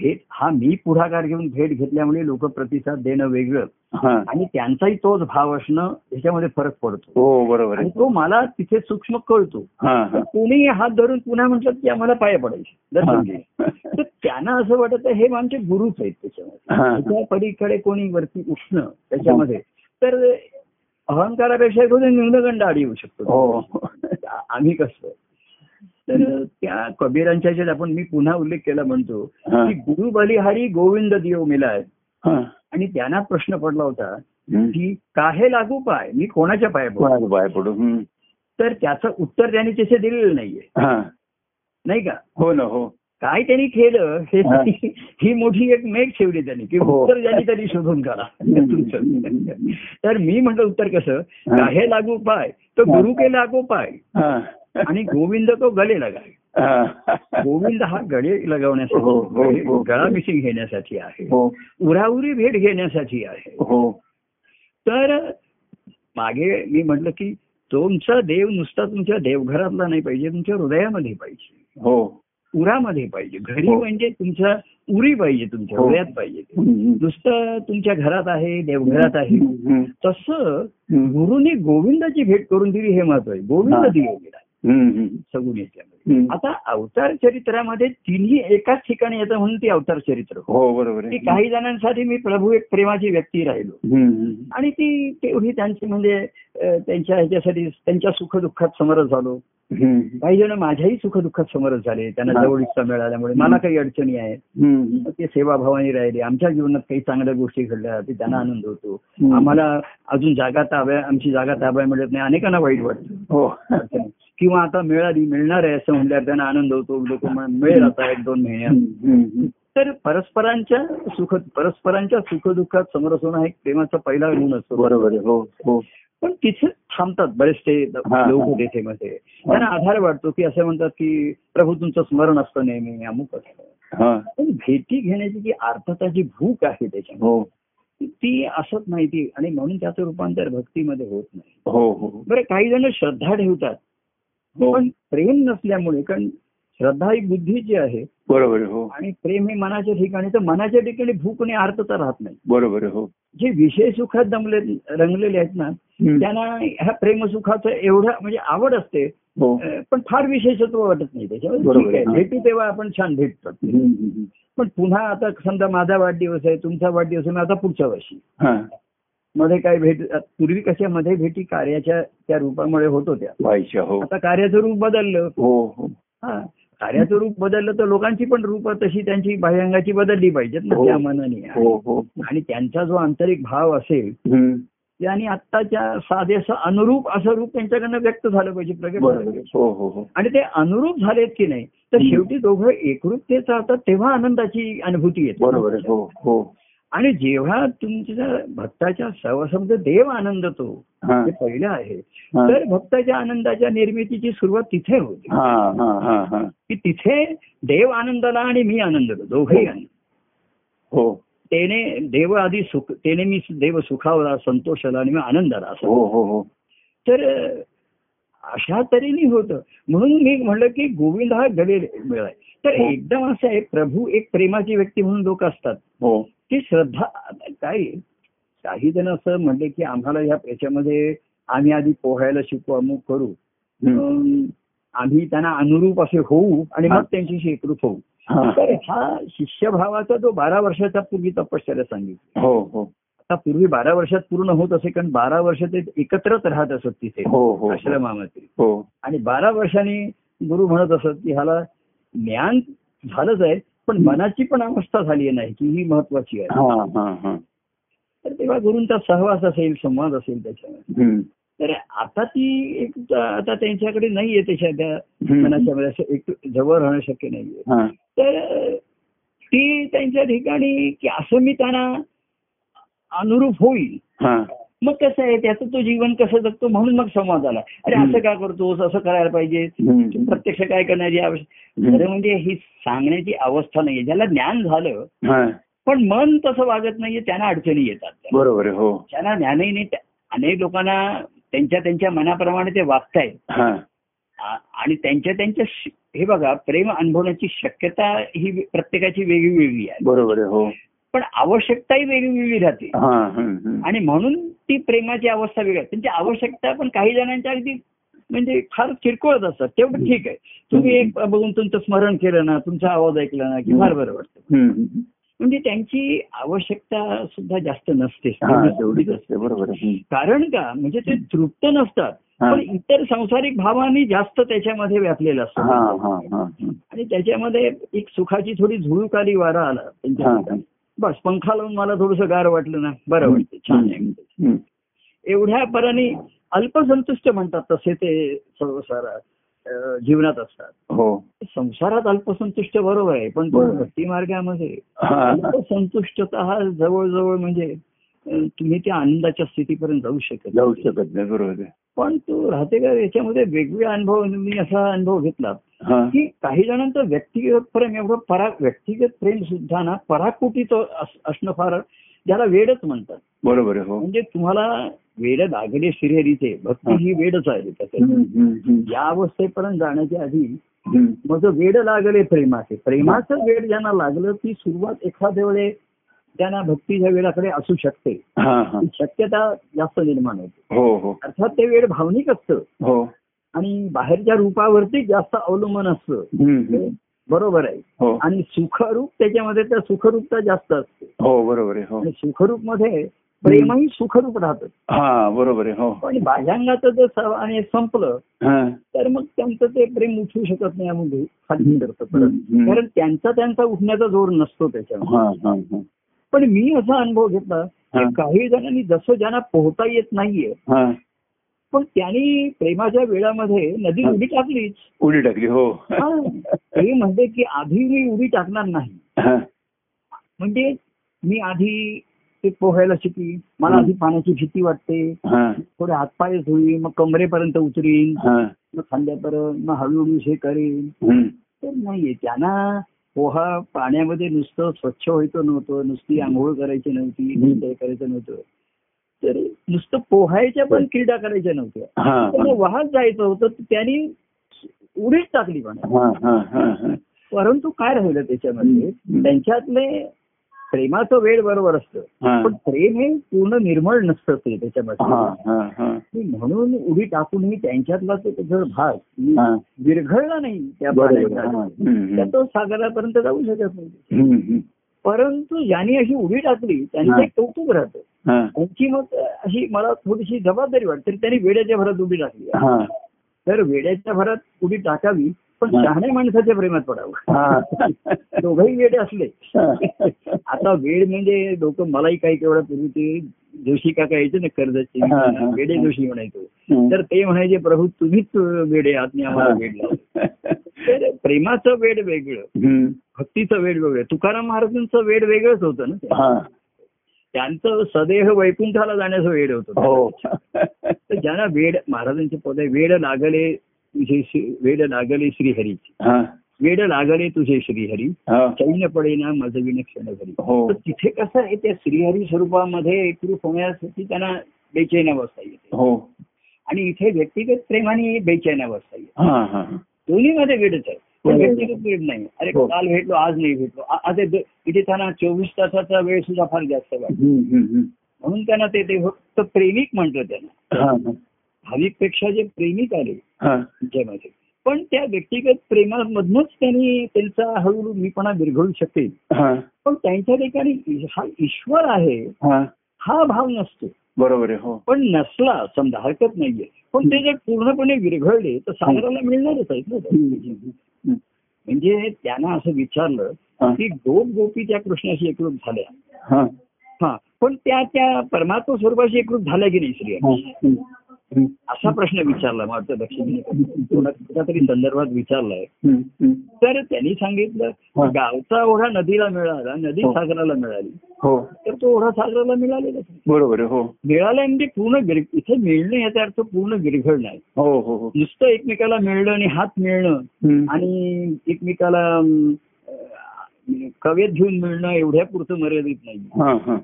[SPEAKER 1] भेट हा मी पुढाकार घेऊन भेट घेतल्यामुळे लोक प्रतिसाद देणं वेगळं
[SPEAKER 2] हा.
[SPEAKER 1] आणि त्यांचाही तोच भाव असणं ह्याच्यामध्ये फरक पडतो
[SPEAKER 2] हो बरोबर
[SPEAKER 1] आणि
[SPEAKER 2] आहे
[SPEAKER 1] तो मला तिथे सूक्ष्म कळतो
[SPEAKER 2] हा,
[SPEAKER 1] तर
[SPEAKER 2] हा.
[SPEAKER 1] कोणीही हात धरून पुन्हा म्हटलं की आम्हाला पाया पडायचे दर्शन घे तर
[SPEAKER 2] हा.
[SPEAKER 1] त्यांना असं वाटत हे आमचे गुरुच आहेत त्याच्यामध्ये
[SPEAKER 2] हा.
[SPEAKER 1] त्याच्या पलीकडे कोणी वरती उठणं त्याच्यामध्ये तर अहंकारापेक्षा कोणी न्यूनगंड आड येऊ शकतो
[SPEAKER 2] हो
[SPEAKER 1] आ- आम्ही कसं तर त्या कबीरांच्या ज्यात आपण मी पुन्हा उल्लेख केला म्हणतो
[SPEAKER 2] हा.
[SPEAKER 1] की गुरु बलिहारी गोविंद देव मिलाय
[SPEAKER 2] हा.
[SPEAKER 1] आणि त्यांना प्रश्न पडला होता
[SPEAKER 2] हम्म.
[SPEAKER 1] की काहे लागू पाय मी कोणाच्या पाय पडू?
[SPEAKER 2] बाहेर- बाहेर पडू हम्म.
[SPEAKER 1] तर त्याचं उत्तर त्यांनी तसे दिलेलं नाहीये
[SPEAKER 2] हा.
[SPEAKER 1] नाही का
[SPEAKER 2] हो ना हो
[SPEAKER 1] काय त्यांनी केलं हे
[SPEAKER 2] हा.
[SPEAKER 1] ही मोठी एक मेघ ठेवली त्यांनी की
[SPEAKER 2] हो.
[SPEAKER 1] उत्तर ज्यांनी त्यांनी शोधून काढा तुमचं. तर मी म्हटलं उत्तर कसं हे लागू पाय तो
[SPEAKER 2] हा.
[SPEAKER 1] गुरु के लागू पाय
[SPEAKER 2] हा.
[SPEAKER 1] आणि गोविंद तो गले लगाय
[SPEAKER 2] हा.
[SPEAKER 1] गोविंद हा गळे
[SPEAKER 2] हो, हो,
[SPEAKER 1] लगवण्यासाठी
[SPEAKER 2] हो.
[SPEAKER 1] गळा मिसिंग घेण्यासाठी आहे
[SPEAKER 2] हो
[SPEAKER 1] उराउरी भेट घेण्यासाठी आहे
[SPEAKER 2] हो
[SPEAKER 1] तर मागे मी म्हटलं की तुमचा देव नुसता तुमच्या देवघरातला नाही पाहिजे तुमच्या हृदयामध्ये पाहिजे
[SPEAKER 2] हो
[SPEAKER 1] उरामध्ये पाहिजे घरी
[SPEAKER 2] हो.
[SPEAKER 1] म्हणजे तुमच्या उरी पाहिजे तुमच्या
[SPEAKER 2] हो.
[SPEAKER 1] हृदयात पाहिजे
[SPEAKER 2] हम्म.
[SPEAKER 1] नुसतं तुमच्या घरात आहे देवघरात
[SPEAKER 2] हो.
[SPEAKER 1] आहे
[SPEAKER 2] हम्म.
[SPEAKER 1] तसं
[SPEAKER 2] हम्म.
[SPEAKER 1] गुरुने गोविंदाची भेट करून दिली हे महत्व आहे गोविंद
[SPEAKER 2] हा.
[SPEAKER 1] दिले गेला
[SPEAKER 2] हम्म.
[SPEAKER 1] सगुण याच्यामध्ये
[SPEAKER 2] हम्म.
[SPEAKER 1] आता अवतार चरित्रामध्ये तिन्ही एकाच ठिकाणी येतं म्हणून ती अवतार चरित्र
[SPEAKER 2] हो बरोबर
[SPEAKER 1] ती
[SPEAKER 2] आहे
[SPEAKER 1] काही जणांसाठी मी प्रभू एक प्रेमाची व्यक्ती राहिलो
[SPEAKER 2] हम्म.
[SPEAKER 1] आणि ती तेवढी त्यांची म्हणजे अं, त्यांच्या ह्याच्यासाठी त्यांच्या सुखदुःखात समरस झालो
[SPEAKER 2] हम्म.
[SPEAKER 1] काही जण माझ्याही सुखदुःखात समरस झाले त्यांना
[SPEAKER 2] हा.
[SPEAKER 1] जवळीकता मिळाल्यामुळे
[SPEAKER 2] हम्म.
[SPEAKER 1] मला काही अडचणी आहेत
[SPEAKER 2] हम्म.
[SPEAKER 1] मग ते सेवाभावाने राहिले आमच्या जीवनात काही चांगल्या गोष्टी घडल्या ते त्यांना आनंद होतो
[SPEAKER 2] हम्म.
[SPEAKER 1] आम्हाला अजून जागा ताब्या आमची जागा ताब्या मिळत नाही अनेकांना वाईट वाटतं
[SPEAKER 2] हो
[SPEAKER 1] अडचणी. किंवा आता मिळाली मिळणार आहे असं म्हणल्यावर त्यांना आनंद होतो लोक मिळेल आता एक दोन महिन्यात
[SPEAKER 2] हम्म.
[SPEAKER 1] तर परस्परांच्या सुख परस्परांच्या सुखदुःखात समरस होणं हा एक प्रेमाचा पहिला गुण असतो
[SPEAKER 2] बरोबर आहे हो हो
[SPEAKER 1] पण तिथे थांबतात बरेचसे
[SPEAKER 2] हा.
[SPEAKER 1] लोक होते ते मध्ये त्यांना आधार वाटतो की असं म्हणतात की प्रभू तुमचं स्मरण असतं नेहमी अमुक असतं
[SPEAKER 2] हा
[SPEAKER 1] पण भेटी घेण्याची जी अर्थता जी भूक आहे त्याच्यामध्ये
[SPEAKER 2] हो
[SPEAKER 1] ती असत नाही ती आणि म्हणून त्याचं रूपांतर भक्तीमध्ये होत नाही
[SPEAKER 2] हो हो
[SPEAKER 1] बरं काही जण श्रद्धा ठेवतात
[SPEAKER 2] हो
[SPEAKER 1] पण प्रेम नसल्यामुळे कारण श्रद्धा ही बुद्धीची आहे
[SPEAKER 2] बरोबर आहे हो
[SPEAKER 1] आणि प्रेम हे मनाच्या ठिकाणी तर मनाच्या ठिकाणी भूक आणि आर्तता राहत नाही
[SPEAKER 2] बरोबर आहे हो
[SPEAKER 1] जे विषय सुखात दमले रंगलेले आहेत ना
[SPEAKER 2] हम्म.
[SPEAKER 1] त्यांना ह्या प्रेमसुखाचं एवढं म्हणजे आवड असते
[SPEAKER 2] हो
[SPEAKER 1] अं, पण फार विशेषत्व वाटत नाही त्याच्यावर
[SPEAKER 2] बरोबर
[SPEAKER 1] ठीक आहे,
[SPEAKER 2] हा.
[SPEAKER 1] भेटू तेव्हा आपण छान भेटतो
[SPEAKER 2] हम्म, हम्म, हम्म.
[SPEAKER 1] पण पुन्हा आता समजा माझा वाढदिवस आहे तुमचा वाढदिवस आहे मग आता पुढच्या वर्षी
[SPEAKER 2] हा
[SPEAKER 1] मध्ये काय भेट पूर्वी कशा मध्ये भेटी कार्याच्या त्या रूपामुळे होत होत्या
[SPEAKER 2] व्हायच्या हो
[SPEAKER 1] आता कार्याचं रूप बदललं
[SPEAKER 2] हो हो
[SPEAKER 1] हा कार्याचं रूप बदललं तर लोकांची पण रूप तशी त्यांची बाह्यंगाची बदलली पाहिजेत ना
[SPEAKER 2] हो.
[SPEAKER 1] त्या मनाने
[SPEAKER 2] हो हो
[SPEAKER 1] आणि त्यांचा जो आंतरिक भाव असेल
[SPEAKER 2] हम्म.
[SPEAKER 1] आणि आत्ताच्या साधेस अनुरूप असं रूप त्यांच्याकडनं व्यक्त झालं पाहिजे प्रगट झालं
[SPEAKER 2] बरोबर
[SPEAKER 1] पाहिजे.
[SPEAKER 2] आहे. हो हो हो
[SPEAKER 1] आणि ते अनुरूप झालेत की नाही तर
[SPEAKER 2] हम्म.
[SPEAKER 1] शेवटी दोघं एकरूपतेच राहतात तेव्हा आनंदाची अनुभूती
[SPEAKER 2] बरोबर आहे
[SPEAKER 1] येते
[SPEAKER 2] हो हो
[SPEAKER 1] आणि जेव्हा तुमच्या भक्ताच्या सर्वसमज देव आनंदतो
[SPEAKER 2] हा
[SPEAKER 1] हे पहिलं आहे
[SPEAKER 2] हा.
[SPEAKER 1] तर भक्ताच्या आनंदाच्या निर्मितीची सुरुवात तिथे होते
[SPEAKER 2] हा हा हा हा
[SPEAKER 1] की तिथे देव आनंदाला आणि मी आनंदलो दोघही आनंद
[SPEAKER 2] हो
[SPEAKER 1] त्याने देव आधी सुख त्याने मी देव सुखावला संतोषाला आणि मी आनंदाला असं
[SPEAKER 2] हो हो हो
[SPEAKER 1] तर अं, अशा तऱ्हेने होतं म्हणून मी म्हणलं की गोविंद हा गडे मिळाय तर
[SPEAKER 2] हो.
[SPEAKER 1] एकदम असं आहे प्रभू एक प्रेमाची व्यक्ती म्हणून लोक असतात
[SPEAKER 2] हो
[SPEAKER 1] की श्रद्धा काय काही जण असं म्हणले की आम्हाला या याच्यामध्ये आम्ही आधी पोहायला शिकू अमुक करू
[SPEAKER 2] हम्म.
[SPEAKER 1] अं, आम्ही त्यांना अनुरूप असे होऊ आणि
[SPEAKER 2] हा.
[SPEAKER 1] मग त्यांच्याशी एकरूप होऊ
[SPEAKER 2] हा.
[SPEAKER 1] तर हा शिष्यभावाचा जो बारा वर्षाचा पूर्वी तपश्चर्या सांगितली
[SPEAKER 2] हो हो
[SPEAKER 1] आता पूर्वी बारा वर्षात पूर्ण होत असे कारण बारा वर्ष ते एकत्रच राहत असत तिथे
[SPEAKER 2] हो हो हो
[SPEAKER 1] आश्रमामध्ये
[SPEAKER 2] हो
[SPEAKER 1] आणि बारा वर्षांनी गुरु म्हणत असत की ह्याला ज्ञान झालंच आहे पण मनाची पण अवस्था झाली नाही की ही महत्वाची आहे
[SPEAKER 2] हा हा हा
[SPEAKER 1] तर तेव्हा गुरुंचा सहवास असेल संवाद असेल त्याच्यामध्ये
[SPEAKER 2] हम्म.
[SPEAKER 1] तर आता ती एक आता त्यांच्याकडे नाहीये त्याच्या त्या
[SPEAKER 2] हम्म.
[SPEAKER 1] मनाच्या मध्ये असं एक जवळ राहणं शक्य नाहीये
[SPEAKER 2] हा
[SPEAKER 1] तर ती त्यांच्या ठिकाणी की असं मी त्यांना अनुरूप होईल
[SPEAKER 2] हा
[SPEAKER 1] मग कसं आहे त्याचं तो जीवन कसं जगतो म्हणून मग संवाद आला अरे असं का करतोस असं करायला पाहिजे
[SPEAKER 2] हम्म.
[SPEAKER 1] प्रत्यक्ष काय करण्याची आवश्यक खरं म्हणजे ही सांगण्याची अवस्था नाहीये ज्याला ज्ञान झालं
[SPEAKER 2] हा
[SPEAKER 1] पण मन तसं वागत नाहीये त्यांना अडचणी येतात
[SPEAKER 2] बरोबर आहे हो
[SPEAKER 1] त्यांना ज्ञानही नाही त्या- अनेक लोकांना त्यांच्या त्यांच्या मनाप्रमाणे ते वागतायत
[SPEAKER 2] हा
[SPEAKER 1] आ- आणि त्यांच्या त्यांच्या श- हे बघा प्रेम अनुभवण्याची शक्यता ही वे- प्रत्येकाची वेगळी वेगळी आहे
[SPEAKER 2] बरोबर आहे हो
[SPEAKER 1] पण आवश्यकताही वेगळी वेगळी राहते
[SPEAKER 2] हा हम्म, हम्म.
[SPEAKER 1] आणि म्हणून ती प्रेमाची अवस्था वेगळी आहे. त्यांची आवश्यकता पण काही जणांच्या अगदी म्हणजे फार किरकोळच असतात तेवढं ठीक आहे तुम्ही एक बघून तुमचं स्मरण केलं ना तुमचा आवाज ऐकला ना की फार बरं वाटतं
[SPEAKER 2] हम्म.
[SPEAKER 1] म्हणजे त्यांची आवश्यकता सुद्धा जास्त नसते
[SPEAKER 2] हा तेवढीच असते बरोबर आहे हम्म.
[SPEAKER 1] कारण का म्हणजे ते तृप्त नसतात
[SPEAKER 2] हा.
[SPEAKER 1] पण इतर संसारिक भावानी जास्त त्याच्यामध्ये व्यापलेला
[SPEAKER 2] हा,
[SPEAKER 1] असतो
[SPEAKER 2] हा, हा, हा.
[SPEAKER 1] आणि त्याच्यामध्ये एक सुखाची थोडी झुळूक आली वारा आला त्यांच्या
[SPEAKER 2] हा.
[SPEAKER 1] ठिकाणी. बस पंखा लावून मला थोडंसं गार वाटलं ना बरं वाटतं छान आहे
[SPEAKER 2] हम्म.
[SPEAKER 1] एवढ्या पराने अल्पसंतुष्ट म्हणतात तसे ते संसारात अं, जीवनात असतात
[SPEAKER 2] हो
[SPEAKER 1] संसारात अल्पसंतुष्ट बरोबर आहे पण तो
[SPEAKER 2] बरोबर.
[SPEAKER 1] भक्ती मार्गामध्ये
[SPEAKER 2] हा.
[SPEAKER 1] अल्पसंतुष्टता हा जवळजवळ म्हणजे अं, तुम्ही त्या आनंदाच्या स्थितीपर्यंत जाऊ शकत
[SPEAKER 2] जाऊ
[SPEAKER 1] नाही.
[SPEAKER 2] शकत नाही बरोबर आहे
[SPEAKER 1] पण तो राहते का याच्यामध्ये वेगवेगळ्या अनुभव मी असा अनुभव घेतला
[SPEAKER 2] हा.
[SPEAKER 1] की काही जणांचं व्यक्तिगत प्रेम एवढं परा व्यक्तिगत प्रेम सुद्धा ना पराकुटीचं अस- असणं फार ज्याला वेडच म्हणतात
[SPEAKER 2] बरोबर आहे हो
[SPEAKER 1] म्हणजे तुम्हाला वेड लागले श्रीहरीचे भक्ती ही वेडच आहे त्याच्यात.
[SPEAKER 2] हम्म, हम्म, हम्म.
[SPEAKER 1] या अवस्थेपर्यंत जाण्याच्या आधी
[SPEAKER 2] हम्म.
[SPEAKER 1] माझं वेड लागले प्रेमाचे प्रेमाचं वेड ज्यांना लागलं ती सुरुवात एखाद्या वेळे त्यांना भक्तीच्या वेळाकडे असू शकते
[SPEAKER 2] हा, हा.
[SPEAKER 1] ती शक्यता जास्त निर्माण होते
[SPEAKER 2] हो हो
[SPEAKER 1] अर्थात ते वेळ भावनिक असतं
[SPEAKER 2] हो
[SPEAKER 1] आणि बाहेरच्या रूपावरती जास्त अवलंबन असतं
[SPEAKER 2] हम्म, हम्म.
[SPEAKER 1] बरोबर आहे
[SPEAKER 2] हो
[SPEAKER 1] आणि सुखरूप त्याच्यामध्ये त्या सुखरूपता जास्त असते
[SPEAKER 2] हो बरोबर आहे हो
[SPEAKER 1] आणि सुखरूप मध्ये प्रेमही सुखरूप राहतं
[SPEAKER 2] हा बरोबर आहे हो
[SPEAKER 1] पण बाह्यांगाचं जर स- आणि संपलं
[SPEAKER 2] हा.
[SPEAKER 1] तर मग त्यांचं ते प्रेम उठू शकत नाही यामध्ये खाली करतं परत.
[SPEAKER 2] हम्म.
[SPEAKER 1] कारण त्यांचा त्यांचा उठण्याचा जोर नसतो त्याच्यामध्ये
[SPEAKER 2] हा, हा, हा.
[SPEAKER 1] पण मी असा अनुभव घेतला की
[SPEAKER 2] हा.
[SPEAKER 1] काही जणांनी जसं ज्यांना पोहता येत नाहीये
[SPEAKER 2] हा.
[SPEAKER 1] पण त्यांनी प्रेमाच्या वेळामध्ये नदी
[SPEAKER 2] हा.
[SPEAKER 1] उडी टाकलीच
[SPEAKER 2] उडी टाकली हो
[SPEAKER 1] हा. ते म्हणते की आधी मी उडी टाकणार नाही
[SPEAKER 2] हा.
[SPEAKER 1] म्हणजे मी आधी ते पोहायला शिकली मला
[SPEAKER 2] हं.
[SPEAKER 1] आधी पाण्याची भीती वाटते
[SPEAKER 2] हा.
[SPEAKER 1] थोडे हातपाय धुईन मग कमरेपर्यंत उतरीन
[SPEAKER 2] हा.
[SPEAKER 1] मग खांद्यापर्यंत मग हळूहळू हे करीन
[SPEAKER 2] हम्म.
[SPEAKER 1] तर नाहीये त्यांना पोहा पाण्यामध्ये नुसतं स्वच्छ व्हायचं नव्हतं नुसती आंघोळ करायची नव्हती
[SPEAKER 2] हं.
[SPEAKER 1] नुसतं हे करायचं नव्हतं तर नुसतं पोहायच्या पण क्रीडा करायच्या नव्हत्या
[SPEAKER 2] हा,
[SPEAKER 1] त्यांना वाहत जायचं होतं तर त्यांनी उडीच टाकली पाण्यात
[SPEAKER 2] हा, हा, हा, हा.
[SPEAKER 1] परंतु काय राहिलं त्याच्यामध्ये
[SPEAKER 2] हं.
[SPEAKER 1] त्यांच्यातले प्रेमाचं वेळ बरोबर असतं
[SPEAKER 2] हा.
[SPEAKER 1] पण प्रेम हे पूर्ण निर्मळ नसतं ते
[SPEAKER 2] हा,
[SPEAKER 1] त्याच्यामध्ये
[SPEAKER 2] हा, हा.
[SPEAKER 1] म्हणून उडी टाकूनही त्यांच्यातला तो जर भाग
[SPEAKER 2] हा.
[SPEAKER 1] विरघळला नाही त्या
[SPEAKER 2] बरोबर आहे.
[SPEAKER 1] पाण्याचा
[SPEAKER 2] हा. हम्म,
[SPEAKER 1] त्या
[SPEAKER 2] हम्म.
[SPEAKER 1] तो सागरापर्यंत जाऊ शकत नाही
[SPEAKER 2] हम्म, हम्म.
[SPEAKER 1] परंतु ज्यांनी अशी उडी टाकली त्यांचं
[SPEAKER 2] हा.
[SPEAKER 1] एक कौतुक राहतं
[SPEAKER 2] हा.
[SPEAKER 1] त्यांची मग अशी मला थोडीशी जबाबदारी वाटते त्यांनी वेड्याच्या भरात उडी टाकली
[SPEAKER 2] हा.
[SPEAKER 1] तर वेड्याच्या भरात उडी टाकावी पण
[SPEAKER 2] हा.
[SPEAKER 1] शहाण्या माणसाच्या प्रेमात पडावं
[SPEAKER 2] हा.
[SPEAKER 1] दोघंही वेडे असले
[SPEAKER 2] हा.
[SPEAKER 1] आता वेळ म्हणजे लोक मलाही काही केवढा पूर्वी ते जोशी काका यायचे ना कर्जाचे
[SPEAKER 2] हा, हा.
[SPEAKER 1] वेडे जोशी म्हणायचो तर ते म्हणायचे प्रभू तुम्हीच वेडे आहात आणि आम्हाला वेड लावा." तर प्रेमाचं वेड वेगळं
[SPEAKER 2] हम्म.
[SPEAKER 1] भक्तीचं वेड वेगळं तुकाराम महाराजांचं वेड वेगळंच होतं ना ते.
[SPEAKER 2] हा.
[SPEAKER 1] त्यांचं सदेह वैकुंठाला जाण्याचं वेड होतं
[SPEAKER 2] हो
[SPEAKER 1] तर ज्यांना वेड महाराजांचे पद आहे वेड लागले तुझे श्री- वेड लागले श्रीहरीची
[SPEAKER 2] हा.
[SPEAKER 1] वेड लागले तुझे श्रीहरी
[SPEAKER 2] हा.
[SPEAKER 1] चैन पडेना मजविणे क्षणभरी
[SPEAKER 2] हो
[SPEAKER 1] तर तिथे कसं आहे त्या श्रीहरी स्वरूपामध्ये एकरूप होण्यासाठी त्यांना बेचैन अवस्था येते
[SPEAKER 2] हो
[SPEAKER 1] आणि इथे व्यक्तिगत प्रेमाने बेचैन अवस्था येते
[SPEAKER 2] हा हा
[SPEAKER 1] दोन्ही मध्ये भेटच आहे पण
[SPEAKER 2] हो.
[SPEAKER 1] व्यक्तिगत प्रेम नाही अरे
[SPEAKER 2] हो.
[SPEAKER 1] काल भेटलो आज नाही भेटलो आ- आज एक- इथे त्यांना चोवीस तासाचा वेळ सुद्धा फार जास्त वाटतो
[SPEAKER 2] हम्म, हम्म,
[SPEAKER 1] म्हणून त्यांना ते ते फक्त प्रेमिक म्हटलं त्यांना
[SPEAKER 2] हम्म.
[SPEAKER 1] भाविकपेक्षा जे प्रेमिक आले
[SPEAKER 2] हा, हा.
[SPEAKER 1] त्यांच्यामध्ये पण त्या व्यक्तिगत प्रेमामधनच त्यांनी त्यांचा हळूहळू मीपणा विरघळू शकेल
[SPEAKER 2] हा,
[SPEAKER 1] पण त्यांच्या ठिकाणी इ- हा ईश्वर आहे
[SPEAKER 2] हा.
[SPEAKER 1] हा भाव नसतो
[SPEAKER 2] बरोबर आहे हो
[SPEAKER 1] पण नसला समजा हरकत नाहीये पण ते जर पूर्णपणे विरघळले तर सागराला मिळणारच आहेत ना ते. म्हणजे त्यांना असं विचारलं
[SPEAKER 2] हा.
[SPEAKER 1] की गोप गोपी त्या कृष्णाशी एकरूप झाल्या
[SPEAKER 2] हा,
[SPEAKER 1] हा पण त्या त्या परमात्मा स्वरूपाशी एकरूप झाल्या की नाही श्री
[SPEAKER 2] हा. हम्म, हम्म,
[SPEAKER 1] असा प्रश्न विचारला माझ्या दक्षिण तरी संदर्भात विचारलाय
[SPEAKER 2] हम्म, हम्म.
[SPEAKER 1] तर त्यांनी सांगितलं
[SPEAKER 2] हा.
[SPEAKER 1] गावचा ओढा नदीला मिळाला नदी
[SPEAKER 2] हो.
[SPEAKER 1] सागराला मिळाली
[SPEAKER 2] हो
[SPEAKER 1] तर तो ओढा सागराला मिळालेला नाही.
[SPEAKER 2] बरोबर आहे हो
[SPEAKER 1] मिळाला म्हणजे पूर्ण विर- इथे मिळणं याचा अर्थ पूर्ण विरघळ नाही
[SPEAKER 2] हो हो हो
[SPEAKER 1] नुसतं एकमेकाला मिळणं आणि हात मिळणं
[SPEAKER 2] हम्म.
[SPEAKER 1] आणि एकमेकाला अं, कवेत घेऊन मिळणं एवढ्या पुरतं मर्यादित नाही
[SPEAKER 2] हा, हा.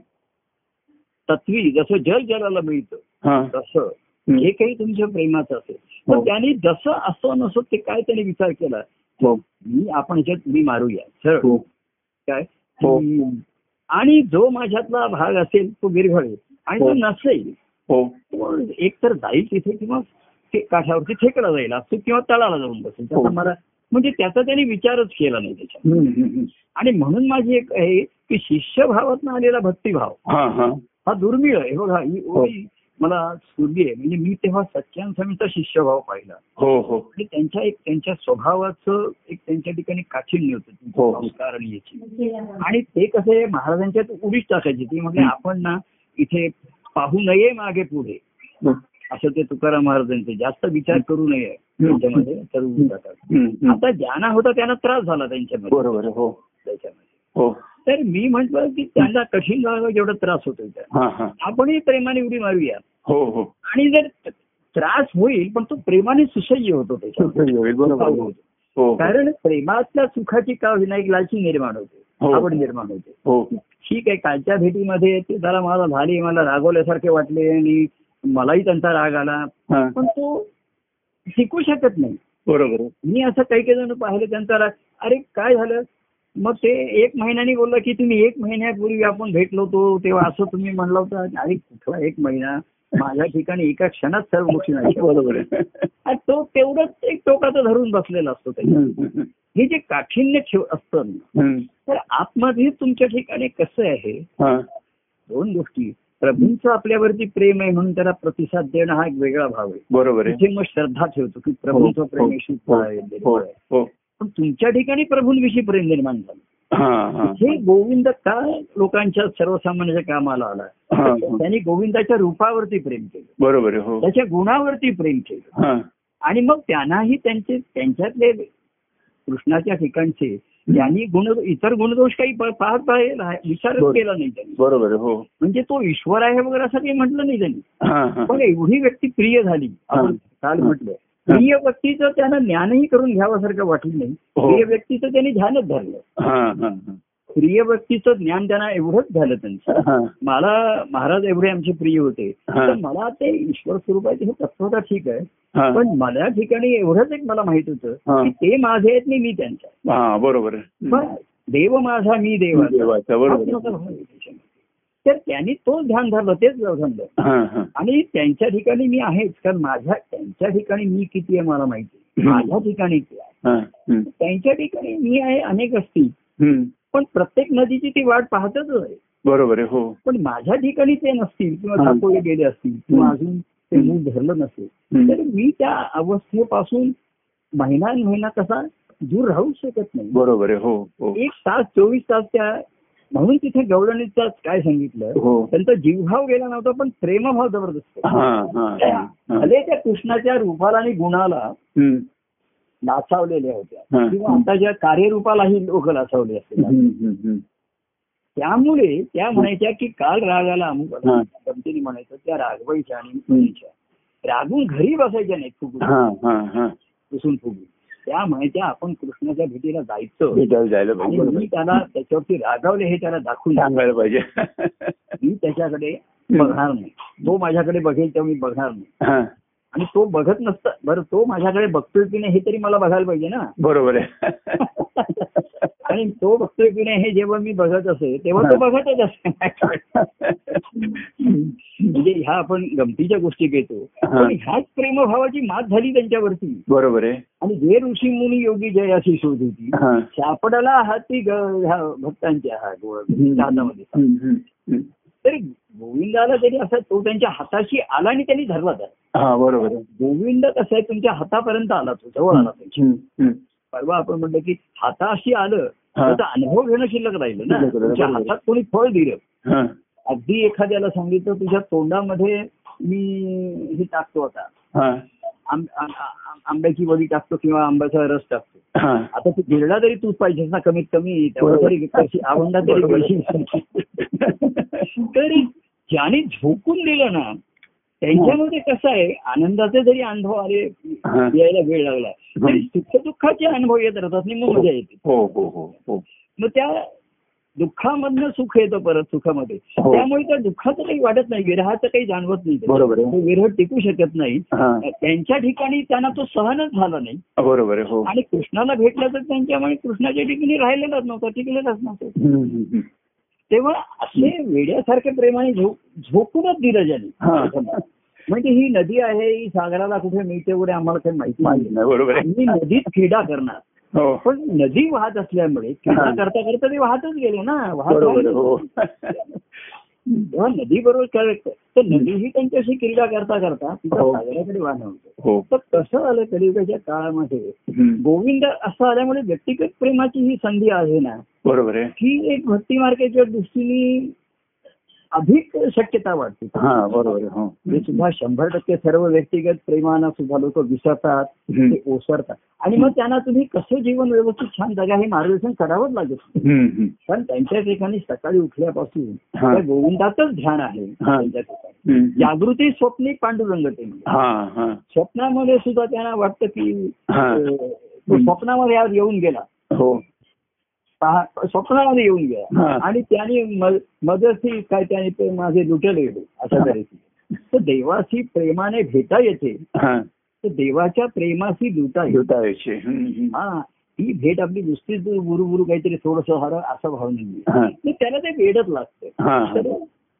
[SPEAKER 1] तत्वी जसं जल जलाला मिळतं
[SPEAKER 2] हा.
[SPEAKER 1] तसं
[SPEAKER 2] हम्म.
[SPEAKER 1] जे काही तुमच्या प्रेमाचं असेल तर
[SPEAKER 2] हो.
[SPEAKER 1] त्यांनी जसं असं नसो ते काय त्याने विचार केला
[SPEAKER 2] हो,
[SPEAKER 1] मी आपण ह्याच्यात मी मारूया सर
[SPEAKER 2] हो.
[SPEAKER 1] काय
[SPEAKER 2] हो.
[SPEAKER 1] हम्म. आणि जो माझ्यातला भाग असेल तो विरघळेल आणि तो
[SPEAKER 2] हो.
[SPEAKER 1] नसेल
[SPEAKER 2] हो.
[SPEAKER 1] तो एकतर जाईल तिथे किंवा ते काठावरती ठेकडा जाईल असतो किंवा तळाला जाऊन बसेल त्याचा
[SPEAKER 2] हो.
[SPEAKER 1] मला म्हणजे त्याचा त्याने विचारच केला नाही त्याच्या
[SPEAKER 2] हम्म, हम्म, हम्म.
[SPEAKER 1] आणि म्हणून माझी एक आहे की शिष्यभावातनं आलेला भक्तिभाव
[SPEAKER 2] हा, हा.
[SPEAKER 1] हा दुर्मिळ आहे बघा ही
[SPEAKER 2] हो.
[SPEAKER 1] ओळी मला सूर्य आहे. म्हणजे मी तेव्हा सच्चान स्वामीचा शिष्यभाव पाहिला
[SPEAKER 2] हो हो
[SPEAKER 1] आणि त्यांच्या एक त्यांच्या स्वभावाचं एक त्यांच्या ठिकाणी काठिण्य होतं त्यांची
[SPEAKER 2] हो.
[SPEAKER 1] संस्कारणीयची. आणि ते कसे महाराजांच्यात उडीच टाकायची ते म्हणजे
[SPEAKER 2] हं.
[SPEAKER 1] आपण ना इथे पाहू नये मागे पुढे
[SPEAKER 2] हं,
[SPEAKER 1] असं ते तुकाराम महाराजांचे जास्त विचार करू नये त्याच्यामध्ये तर उडून जातात
[SPEAKER 2] हं.
[SPEAKER 1] आता ज्ञाना होता त्यांना त्रास झाला त्यांच्यामध्ये
[SPEAKER 2] बरोबर आहे, हो
[SPEAKER 1] त्याच्यामध्ये
[SPEAKER 2] हो
[SPEAKER 1] तर मी म्हटलं की त्यांना कठीण जागा जेवढा त्रास होतोय त्या
[SPEAKER 2] हा हा
[SPEAKER 1] आपणही प्रेमाने उडी मारूया
[SPEAKER 2] हो हो
[SPEAKER 1] आणि जर त- त्रास होईल पण तो प्रेमाने सुसह्य होतो त्याच्यामध्ये
[SPEAKER 2] सुखी होईल, बरोबर आहे. हो
[SPEAKER 1] कारण प्रेमातल्या सुखाची का होईना एक लालची निर्माण
[SPEAKER 2] हो.
[SPEAKER 1] होते आवड निर्माण होते
[SPEAKER 2] हो
[SPEAKER 1] ठीक आहे कालच्या भेटीमध्ये ते जरा मला झाले मला रागवल्यासारखे वाटले आणि मलाही त्यांचा राग आला
[SPEAKER 2] हा
[SPEAKER 1] पण तो शिकू शकत नाही
[SPEAKER 2] बरोबर आहे.
[SPEAKER 1] मी असं काही काही जण पाहिलं त्यांचा राग अरे काय झालं मग ते एक महिन्याने बोलला की तुम्ही एक महिन्यापूर्वी आपण भेटलो होतो तेव्हा असं तुम्ही म्हणलं होतं अरे कुठला एक महिना माझ्या ठिकाणी एका क्षणात सर्व गोष्टी नाही
[SPEAKER 2] बरोबर आहे.
[SPEAKER 1] आणि तो तेवढंच एक टोकाचा धरून बसलेला असतो त्याच्या
[SPEAKER 2] हं, हं,
[SPEAKER 1] हे जे काठीण्य ठेव असतं ना,
[SPEAKER 2] हं.
[SPEAKER 1] तर आतमध्ये तुमच्या ठिकाणी कसं आहे
[SPEAKER 2] हा
[SPEAKER 1] दोन गोष्टी प्रभूंचं आपल्यावरती प्रेम आहे म्हणून त्याला प्रतिसाद देणं हा एक वेगळा भाव आहे
[SPEAKER 2] बरोबर आहे
[SPEAKER 1] तिथे मग श्रद्धा ठेवतो की प्रभूंचं प्रेम हे शुद्ध आहे
[SPEAKER 2] हो
[SPEAKER 1] निर्मळ आहे.
[SPEAKER 2] हो
[SPEAKER 1] पण तुमच्या ठिकाणी प्रभूंविषयी प्रेम निर्माण झालं
[SPEAKER 2] हा हा
[SPEAKER 1] हे गोविंद का लोकांच्या सर्वसामान्याच्या कामाला आला
[SPEAKER 2] हा, हा.
[SPEAKER 1] त्यांनी गोविंदाच्या रूपावरती प्रेम केलं
[SPEAKER 2] बरोबर आहे हो
[SPEAKER 1] त्याच्या गुणावरती प्रेम केलं
[SPEAKER 2] हा
[SPEAKER 1] आणि मग त्यांनाही त्यांचे त्यांच्यातले कृष्णाच्या ठिकाणचे त्यांनी गुण इतर गुणदोष काही प- पाहत पाहिजे विचारच
[SPEAKER 2] बरोबर.
[SPEAKER 1] केला नाही त्यांनी
[SPEAKER 2] बरोबर आहे हो
[SPEAKER 1] म्हणजे तो ईश्वर आहे वगैरे असं काही म्हटलं नाही त्यांनी
[SPEAKER 2] हा हा
[SPEAKER 1] पण एवढी व्यक्ती प्रिय झाली आपण काल म्हटलं प्रिय व्यक्तीचं त्यानं ज्ञानही करून घ्यावासारखं वाटलं नाही
[SPEAKER 2] हो.
[SPEAKER 1] प्रिय व्यक्तीचं त्यांनी ध्यानच धरलं
[SPEAKER 2] हा हा
[SPEAKER 1] प्रिय व्यक्तीचं ज्ञान त्यांना एवढंच झालं त्यांचं
[SPEAKER 2] हा हा
[SPEAKER 1] मला महाराज एवढे आमचे प्रिय होते
[SPEAKER 2] हा.
[SPEAKER 1] तर मला ते ईश्वर स्वरूपाचे हे तत्वता ठीक आहे
[SPEAKER 2] हा.
[SPEAKER 1] पण मला ठिकाणी एवढंच एक मला माहित
[SPEAKER 2] हा.
[SPEAKER 1] होतं की ते माझे आहेत नाही मी त्यांचा आहे.
[SPEAKER 2] हा बरोबर आहे.
[SPEAKER 1] पण देव माझा मी देवाचा
[SPEAKER 2] देवाचा
[SPEAKER 1] हा
[SPEAKER 2] बरोबर
[SPEAKER 1] त्याचा भाव आहे त्याच्यामध्ये. तर त्यांनी तोच ध्यान धरलं तेच धरलं
[SPEAKER 2] आहे. हा हा
[SPEAKER 1] आणि त्यांच्या ठिकाणी मी आहेच कारण माझ्या त्यांच्या ठिकाणी मी किती आहे मला माहिती आहे.
[SPEAKER 2] हं.
[SPEAKER 1] माझ्या ठिकाणी ते आहे
[SPEAKER 2] हा हं.
[SPEAKER 1] त्यांच्या ठिकाणी मी आहे अनेक असतील
[SPEAKER 2] हं.
[SPEAKER 1] पण प्रत्येक नदीची ती वाट पाहतच आहे
[SPEAKER 2] बरोबर आहे हो
[SPEAKER 1] पण माझ्या ठिकाणी ते नसतील किंवा
[SPEAKER 2] हा.
[SPEAKER 1] दाखवले गेले असतील किंवा अजून ते मूल धरलं नसेल
[SPEAKER 2] हं.
[SPEAKER 1] तर मी त्या अवस्थेपासून महिना महिना कसा दूर राहू शकत नाही
[SPEAKER 2] बरोबर आहे हो हो
[SPEAKER 1] एक तास चोवीस तास त्या म्हणून तिथे गवळणीचा काय सांगितलं
[SPEAKER 2] हो
[SPEAKER 1] त्यांचा जीवभाव गेला नव्हता पण प्रेमभाव जबरदस्त
[SPEAKER 2] हा हा हा हा.
[SPEAKER 1] भले त्या कृष्णाच्या रूपाला आणि गुणाला
[SPEAKER 2] हं.
[SPEAKER 1] नाचावलेल्या होत्या
[SPEAKER 2] हा.
[SPEAKER 1] किंवा आता ज्या कार्यरूपालाही लोक नाचावले असतील
[SPEAKER 2] हं, हं, हं.
[SPEAKER 1] त्यामुळे त्या म्हणायच्या की काल रागाला अमुक
[SPEAKER 2] हा.
[SPEAKER 1] गमतीने म्हणायचं त्या रागवायच्या आणि फुगीच्या रागून घरी बसायच्या नाहीत फुगून
[SPEAKER 2] हा हा हा
[SPEAKER 1] पुसून फुगून त्या म्हणायच्या आपण कृष्णाच्या भेटीला जायचं
[SPEAKER 2] भेटायला जायला
[SPEAKER 1] आणि
[SPEAKER 2] पाहिजे
[SPEAKER 1] मी त्याला त्याच्यावरती रागावले हे त्याला दाखवून देईन.
[SPEAKER 2] सांगायला पाहिजे
[SPEAKER 1] मी त्याच्याकडे बघणार नाही तो माझ्याकडे बघेल तेव्हा मी बघणार नाही
[SPEAKER 2] हा
[SPEAKER 1] आणि तो बघत नसता बरं तो माझ्याकडे बघतोय की नाही हे तरी मला बघायला पाहिजे ना
[SPEAKER 2] बरोबर आहे
[SPEAKER 1] आणि तो बघतोय की नाही हे जेव्हा मी बघत असे तेव्हा तो बघतच असे म्हणजे ह्या आपण गमतीच्या गोष्टी घेतो पण ह्याच प्रेमभावाची मात झाली त्यांच्यावरती
[SPEAKER 2] बरोबर आहे
[SPEAKER 1] आणि जे ऋषी मुनी योगी जय अशी शोध होती
[SPEAKER 2] हा
[SPEAKER 1] सापडाला हाती ग- ह्या भक्तांच्या हा गोळ
[SPEAKER 2] हं.
[SPEAKER 1] हातामध्ये
[SPEAKER 2] हं, हं, हं.
[SPEAKER 1] तरी गोविंदाला तरी असा तो त्यांच्या हाताशी आला आणि त्यांनी धरला तर
[SPEAKER 2] हा बरोबर आहे
[SPEAKER 1] गोविंद कसं आहे तुमच्या हातापर्यंत आला तो जवळ आला त्यांच्या
[SPEAKER 2] हं, हं.
[SPEAKER 1] परवा आपण म्हटलं की हाताशी आलं
[SPEAKER 2] हा.
[SPEAKER 1] त्याचा अनुभव घेणं शिल्लक राहिलं ना
[SPEAKER 2] शिल्लक राहिलं,
[SPEAKER 1] तुमच्या
[SPEAKER 2] बरोबर.
[SPEAKER 1] हातात कोणी फळ दिलं
[SPEAKER 2] हा
[SPEAKER 1] अगदी एखाद्याला सांगितलं तुझ्या तोंडामध्ये मी हे टाकतो आता
[SPEAKER 2] हा
[SPEAKER 1] आंब- आ- आ- आ- आंब्याची वडी टाकतो किंवा आंब्याचा रस टाकतो
[SPEAKER 2] हा
[SPEAKER 1] आता तू गिरडा तरी तूच पाहिजेस ना कमीत कमी तेवढा तरी कशी आवंडा तरी
[SPEAKER 2] बरोबर.
[SPEAKER 1] पाहिजे. तरी ज्याने झोकून दिलं ना त्यांच्यामध्ये कसं आहे आनंदाचे जरी अनुभव आले
[SPEAKER 2] हा.
[SPEAKER 1] यायला वेळ लागला तरी सुख दुःखाचे अनुभव येत राहतात आणि मग मजा येते
[SPEAKER 2] हो हो हो हो
[SPEAKER 1] मग त्या दुःखामधनं सुख येतं परत सुखामध्ये
[SPEAKER 2] हो.
[SPEAKER 1] त्यामुळे त्या दुःखाचं काही वाटत नाही विरहाचं काही जाणवत नाही
[SPEAKER 2] बरोबर आहे.
[SPEAKER 1] तो विरह टिकू शकत नाही
[SPEAKER 2] हा
[SPEAKER 1] त्यांच्या ठिकाणी त्यांना तो सहनच झाला नाही
[SPEAKER 2] बरोबर आहे हो
[SPEAKER 1] आणि कृष्णाला भेटलं तर त्यांच्यामुळे कृष्णाच्या ठिकाणी राहिलेलाच नव्हता टिकलेलाच नव्हता
[SPEAKER 2] हं, हं, हं.
[SPEAKER 1] तेव्हा असे वेड्यासारख्या प्रेमाने झो- झोकूनच दिलं ज्यांनी
[SPEAKER 2] हा.
[SPEAKER 1] म्हणजे ही नदी आहे ही सागराला कुठे मिळते वगैरे आम्हाला काही माहिती
[SPEAKER 2] माहिती
[SPEAKER 1] नाही
[SPEAKER 2] नाही, बरोबर आहे
[SPEAKER 1] आम्ही नदीत क्रीडा करणार
[SPEAKER 2] हो
[SPEAKER 1] पण नदी वाहत असल्यामुळे क्रीडा
[SPEAKER 2] हा.
[SPEAKER 1] करता करता ते वाहतच गेले ना वाहत
[SPEAKER 2] बरोबर आहे,
[SPEAKER 1] राहिले.
[SPEAKER 2] हो
[SPEAKER 1] जेव्हा नदी बरोबर करेक्ट तर नदी ही त्यांच्याशी क्रीडा करता करता तिचा
[SPEAKER 2] हो.
[SPEAKER 1] सागराकडे वाहन होतो
[SPEAKER 2] हो
[SPEAKER 1] तर कसं आलं कलियुगाच्या काळामध्ये
[SPEAKER 2] हम्म.
[SPEAKER 1] गोविंद असं आल्यामुळे व्यक्तिगत प्रेमाची ही संधी आहे ना
[SPEAKER 2] बरोबर आहे
[SPEAKER 1] ही एक भक्ती मार्गाच्या दृष्टीने अधिक शक्यता वाटते
[SPEAKER 2] हा बरोबर आहे हो
[SPEAKER 1] हे सुद्धा शंभर टक्के सर्व व्यक्तिगत प्रेमानं सुद्धा लोक विसरतात
[SPEAKER 2] हम्म.
[SPEAKER 1] ते ओसरतात आणि मग त्यांना तुम्ही कसं जीवन व्यवस्थित छान जगा हे मार्गदर्शन करावंच लागेल
[SPEAKER 2] हम्म, हम्म.
[SPEAKER 1] कारण त्यांच्या ठिकाणी सकाळी उठल्यापासून
[SPEAKER 2] हा.
[SPEAKER 1] त्या गोविंदातच ध्यान आहे
[SPEAKER 2] हा.
[SPEAKER 1] त्यांच्या ठिकाणी
[SPEAKER 2] हम्म.
[SPEAKER 1] जागृती स्वप्नी पांडुरंगते
[SPEAKER 2] हा हा
[SPEAKER 1] स्वप्नामध्ये सुद्धा त्यांना वाटतं की
[SPEAKER 2] हा.
[SPEAKER 1] अं, तो स्वप्नामध्ये आज येऊन गेला
[SPEAKER 2] हो
[SPEAKER 1] पहा- स्वप्नामध्ये येऊन
[SPEAKER 2] हा.
[SPEAKER 1] गेला आणि त्याने म- मदरसी काय त्याने ते माझे लुटेल गेले अशा
[SPEAKER 2] हा.
[SPEAKER 1] तऱ्हेची तर देवाशी प्रेमाने भेटा येते
[SPEAKER 2] हा
[SPEAKER 1] तर देवाच्या प्रेमाशी लुटा येते
[SPEAKER 2] घेता यायचे हम्म, हम्म.
[SPEAKER 1] हा ही भेट आपली नुसतीच बुरू बुरू काहीतरी थोडस हर असा भाव
[SPEAKER 2] हा.
[SPEAKER 1] नाही तर त्याला ते वेडच लागतं
[SPEAKER 2] हा हा.
[SPEAKER 1] तर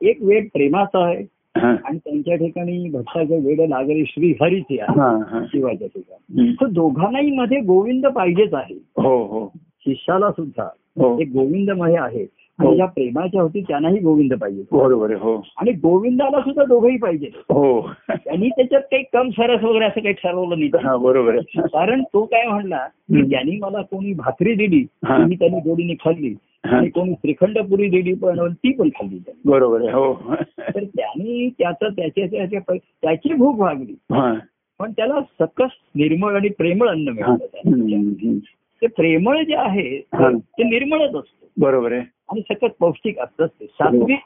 [SPEAKER 1] एक वेड प्रेमाचा आहे
[SPEAKER 2] हा
[SPEAKER 1] आणि त्यांच्या ठिकाणी भक्ताचे वेड लागले श्री हरीचे आहे
[SPEAKER 2] हा हा
[SPEAKER 1] शिवाच्या ठिकाणी
[SPEAKER 2] हम्म.
[SPEAKER 1] तर दोघांनाही मध्ये गोविंद पाहिजेच आहे
[SPEAKER 2] हो हो
[SPEAKER 1] शिष्याला सुद्धा
[SPEAKER 2] हो
[SPEAKER 1] ते गोविंदमय आहे
[SPEAKER 2] हो.
[SPEAKER 1] आणि ज्या प्रेमाच्या होती त्यांनाही गोविंद पाहिजे
[SPEAKER 2] बरोबर आहे हो
[SPEAKER 1] आणि गोविंदाला सुद्धा दोघंही पाहिजे
[SPEAKER 2] हो
[SPEAKER 1] त्यांनी त्याच्यात काही कम सरस वगैरे असं काही ठरवलं नाही
[SPEAKER 2] हा बरोबर आहे
[SPEAKER 1] कारण तो काय म्हणला की
[SPEAKER 2] हम्म.
[SPEAKER 1] त्यांनी मला कोणी भाकरी दिली
[SPEAKER 2] हा.
[SPEAKER 1] ती मी त्यांनी जोडीने खाल्ली
[SPEAKER 2] हा.
[SPEAKER 1] आणि कोणी श्रीखंड पुरी दिली पण ती पण खाल्ली त्यांनी.
[SPEAKER 2] बरोबर आहे हो
[SPEAKER 1] तर त्यांनी त्याचं त्याच्या त्याच्या पै- त्याची भूक भागली
[SPEAKER 2] हा
[SPEAKER 1] पण त्याला सकस निर्मळ आणि प्रेमळ अन्न
[SPEAKER 2] हा.
[SPEAKER 1] मिळालं त्याला.
[SPEAKER 2] हम्म, हम्म.
[SPEAKER 1] ते प्रेमळ जे आहे
[SPEAKER 2] हा.
[SPEAKER 1] ते निर्मळच असतं
[SPEAKER 2] बरोबर आहे
[SPEAKER 1] आणि सकस पौष्टिक असतंच ते सात्विक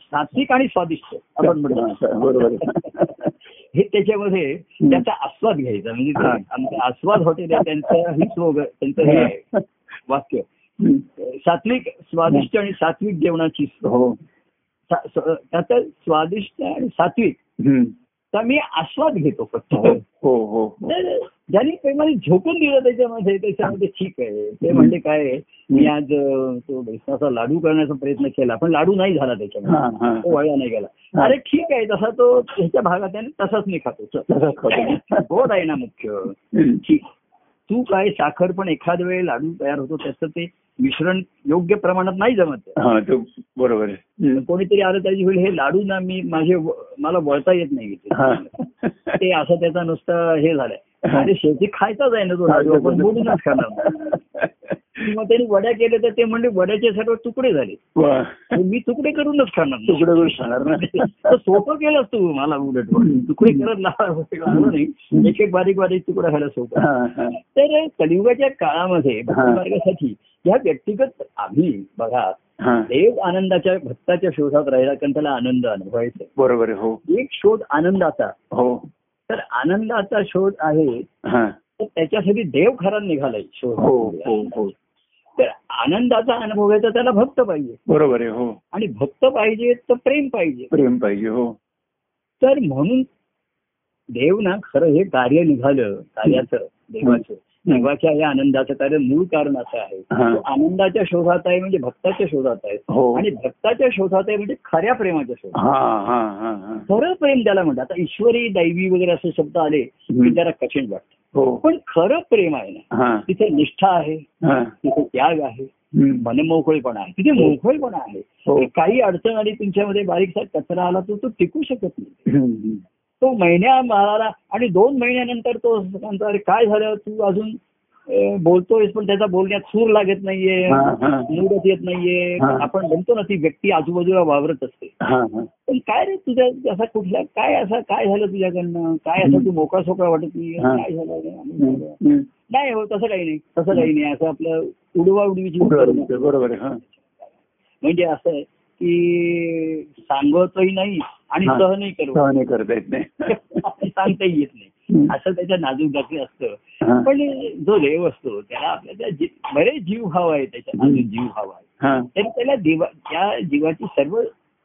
[SPEAKER 1] सात्विक आणि स्वादिष्ट आपण
[SPEAKER 2] हा,
[SPEAKER 1] म्हणतो
[SPEAKER 2] बरोबर आहे.
[SPEAKER 1] हे त्याच्यामध्ये त्याचा आस्वाद घ्यायचा म्हणजे ते
[SPEAKER 2] हा.
[SPEAKER 1] आमचं आस्वाद हॉटेल आहे त्यांचं ही स्लोगन त्यांचं हे आहे वाक्य
[SPEAKER 2] हम्म.
[SPEAKER 1] सात्विक स्वादिष्ट आणि सात्विक जेवणाची स-
[SPEAKER 2] हो
[SPEAKER 1] सा- स- त्याचा स्वादिष्ट आणि सात्विक
[SPEAKER 2] हम्म.
[SPEAKER 1] तर मी आस्वाद घेतो फक्त
[SPEAKER 2] हो हो हो हो.
[SPEAKER 1] तर ज्यांनी प्रेमाने झोकून दिलं त्याच्यामध्ये त्याच्यामध्ये ठीक आहे ते म्हणजे काय आहे, मी आज अं, तो बेसनाचा लाडू करण्याचा प्रयत्न केला पण लाडू नाही झाला
[SPEAKER 2] हा
[SPEAKER 1] त्याच्यामध्ये
[SPEAKER 2] हा
[SPEAKER 1] तो वळला नाही गेला
[SPEAKER 2] हा.
[SPEAKER 1] अरे ठीक आहे तसा तो ह्याच्या भागात आहे ना, तसाच मी खातो चल.
[SPEAKER 2] तसंच खातो.
[SPEAKER 1] गोड आहे ना मुख्य
[SPEAKER 2] हम्म.
[SPEAKER 1] ठीक तू काय साखर पण एखाद वेळ लाडू तयार होतो त्याचं ते मिश्रण योग्य प्रमाणात नाही जमत
[SPEAKER 2] हा तो बरोबर आहे हम्म.
[SPEAKER 1] कोणीतरी आलं त्याची होईल हे लाडू ना मी माझे व- मला वळता येत नाही
[SPEAKER 2] हा.
[SPEAKER 1] ते असं त्याचा नुसतं हे झालंय
[SPEAKER 2] हा.
[SPEAKER 1] आणि शेवटी खायचाच आहे ना तो लाडू आपण बोलूनच खाणार किंवा त्यांनी वड्या केल्या तर ते म्हणजे वड्याचे सर्व तुकडे झाले
[SPEAKER 2] वा.
[SPEAKER 1] आणि मी तुकडे करूनच खाणार नाही.
[SPEAKER 2] तुकडं करून खाणार ना
[SPEAKER 1] तर सोपं केलंस तू मला उलट तुकडे करत लागलो नाही एक एक बारीक बारीक तुकडा खायला सोपं
[SPEAKER 2] हा हा
[SPEAKER 1] तर कलियुगाच्या काळामध्ये
[SPEAKER 2] हा.
[SPEAKER 1] भक्तिमार्गासाठी या व्यक्तिगत आम्ही बघा
[SPEAKER 2] हा
[SPEAKER 1] देव आनंदाच्या भक्ताच्या शोधात राहिला कारण त्याला आनंद अनुभवायचा आहे.
[SPEAKER 2] बरोबर आहे हो
[SPEAKER 1] एक शोध आनंदाचा
[SPEAKER 2] हो
[SPEAKER 1] तर आनंदाचा शोध आहे
[SPEAKER 2] हा
[SPEAKER 1] तर त्याच्यासाठी देव खरा निघालाय
[SPEAKER 2] हो हो
[SPEAKER 1] शोध
[SPEAKER 2] हो
[SPEAKER 1] तर आनंदाचा अनुभव घ्यायचा त्याला भक्त पाहिजे
[SPEAKER 2] बरोबर आहे हो
[SPEAKER 1] आणि भक्त पाहिजे तर प्रेम पाहिजे
[SPEAKER 2] प्रेम पाहिजे हो
[SPEAKER 1] तर म्हणून देव ना खरं हे कार्य निघालं कार्याचं देवाचं देवाच्या या आनंदाचं कार्य मूळ कारण असं आहे
[SPEAKER 2] हा.
[SPEAKER 1] तो आनंदाच्या शोधात आहे म्हणजे भक्ताच्या शोधात आहे
[SPEAKER 2] हो
[SPEAKER 1] आणि भक्ताच्या शोधात आहे म्हणजे खऱ्या प्रेमाच्या शोधात
[SPEAKER 2] हा हा हा हा
[SPEAKER 1] खरं प्रेम त्याला म्हणतात आता ईश्वरी दैवी वगैरे असे शब्द आले
[SPEAKER 2] हम्म.
[SPEAKER 1] की त्याला कठीण वाटतं
[SPEAKER 2] हो
[SPEAKER 1] पण खरं प्रेम आहे ना
[SPEAKER 2] हा
[SPEAKER 1] तिथे निष्ठा आहे
[SPEAKER 2] हा
[SPEAKER 1] तिथे त्याग आहे
[SPEAKER 2] हम्म.
[SPEAKER 1] मनमोकळेपणा आहे तिथे मोकळेपणा आहे
[SPEAKER 2] हो.
[SPEAKER 1] की काही अडचण आली तुमच्यामध्ये बारीकसा कचरा आला तर तो टिकू शकत नाही
[SPEAKER 2] हम्म.
[SPEAKER 1] तो महिन्या माराला आणि दोन महिन्यानंतर तो म्हणतो, अरे काय झालं तू अजून अ, बोलतोयस पण त्याचा बोलण्यात सूर लागत नाहीये
[SPEAKER 2] हा, हा.
[SPEAKER 1] मूडच येत नाहीये
[SPEAKER 2] हा.
[SPEAKER 1] आपण म्हणतो ना ती व्यक्ती आजूबाजूला वावरत असते
[SPEAKER 2] हा, हा.
[SPEAKER 1] पण काय रे तुझ्या असा कुठला काय असा काय झालं तुझ्याकडनं काय असं तू मोकळा सोकळा वाटत नाहीये
[SPEAKER 2] हा.
[SPEAKER 1] काय झालं
[SPEAKER 2] हम्म. हम्म.
[SPEAKER 1] नाही हो तसं काही नाही तसं काही नाही असं आपलं उडवा उडवीची
[SPEAKER 2] बरोबर बरोबर आहे, हा.
[SPEAKER 1] म्हणजे असं आहे की सांगतही नाही आणि
[SPEAKER 2] हा.
[SPEAKER 1] सहनही करत
[SPEAKER 2] सहन हे करता येत नाही
[SPEAKER 1] सांगताही येत नाही
[SPEAKER 2] हम्म.
[SPEAKER 1] असं त्याच्या नाजूक दाखले असतं
[SPEAKER 2] हा.
[SPEAKER 1] पण जो देव असतो त्याला आपल्या त्या जी- बरेच जीव भाव आहे त्याच्या अजून जीव भाव आहे
[SPEAKER 2] हा.
[SPEAKER 1] तर त्याला देवा त्या जीवाची सर्व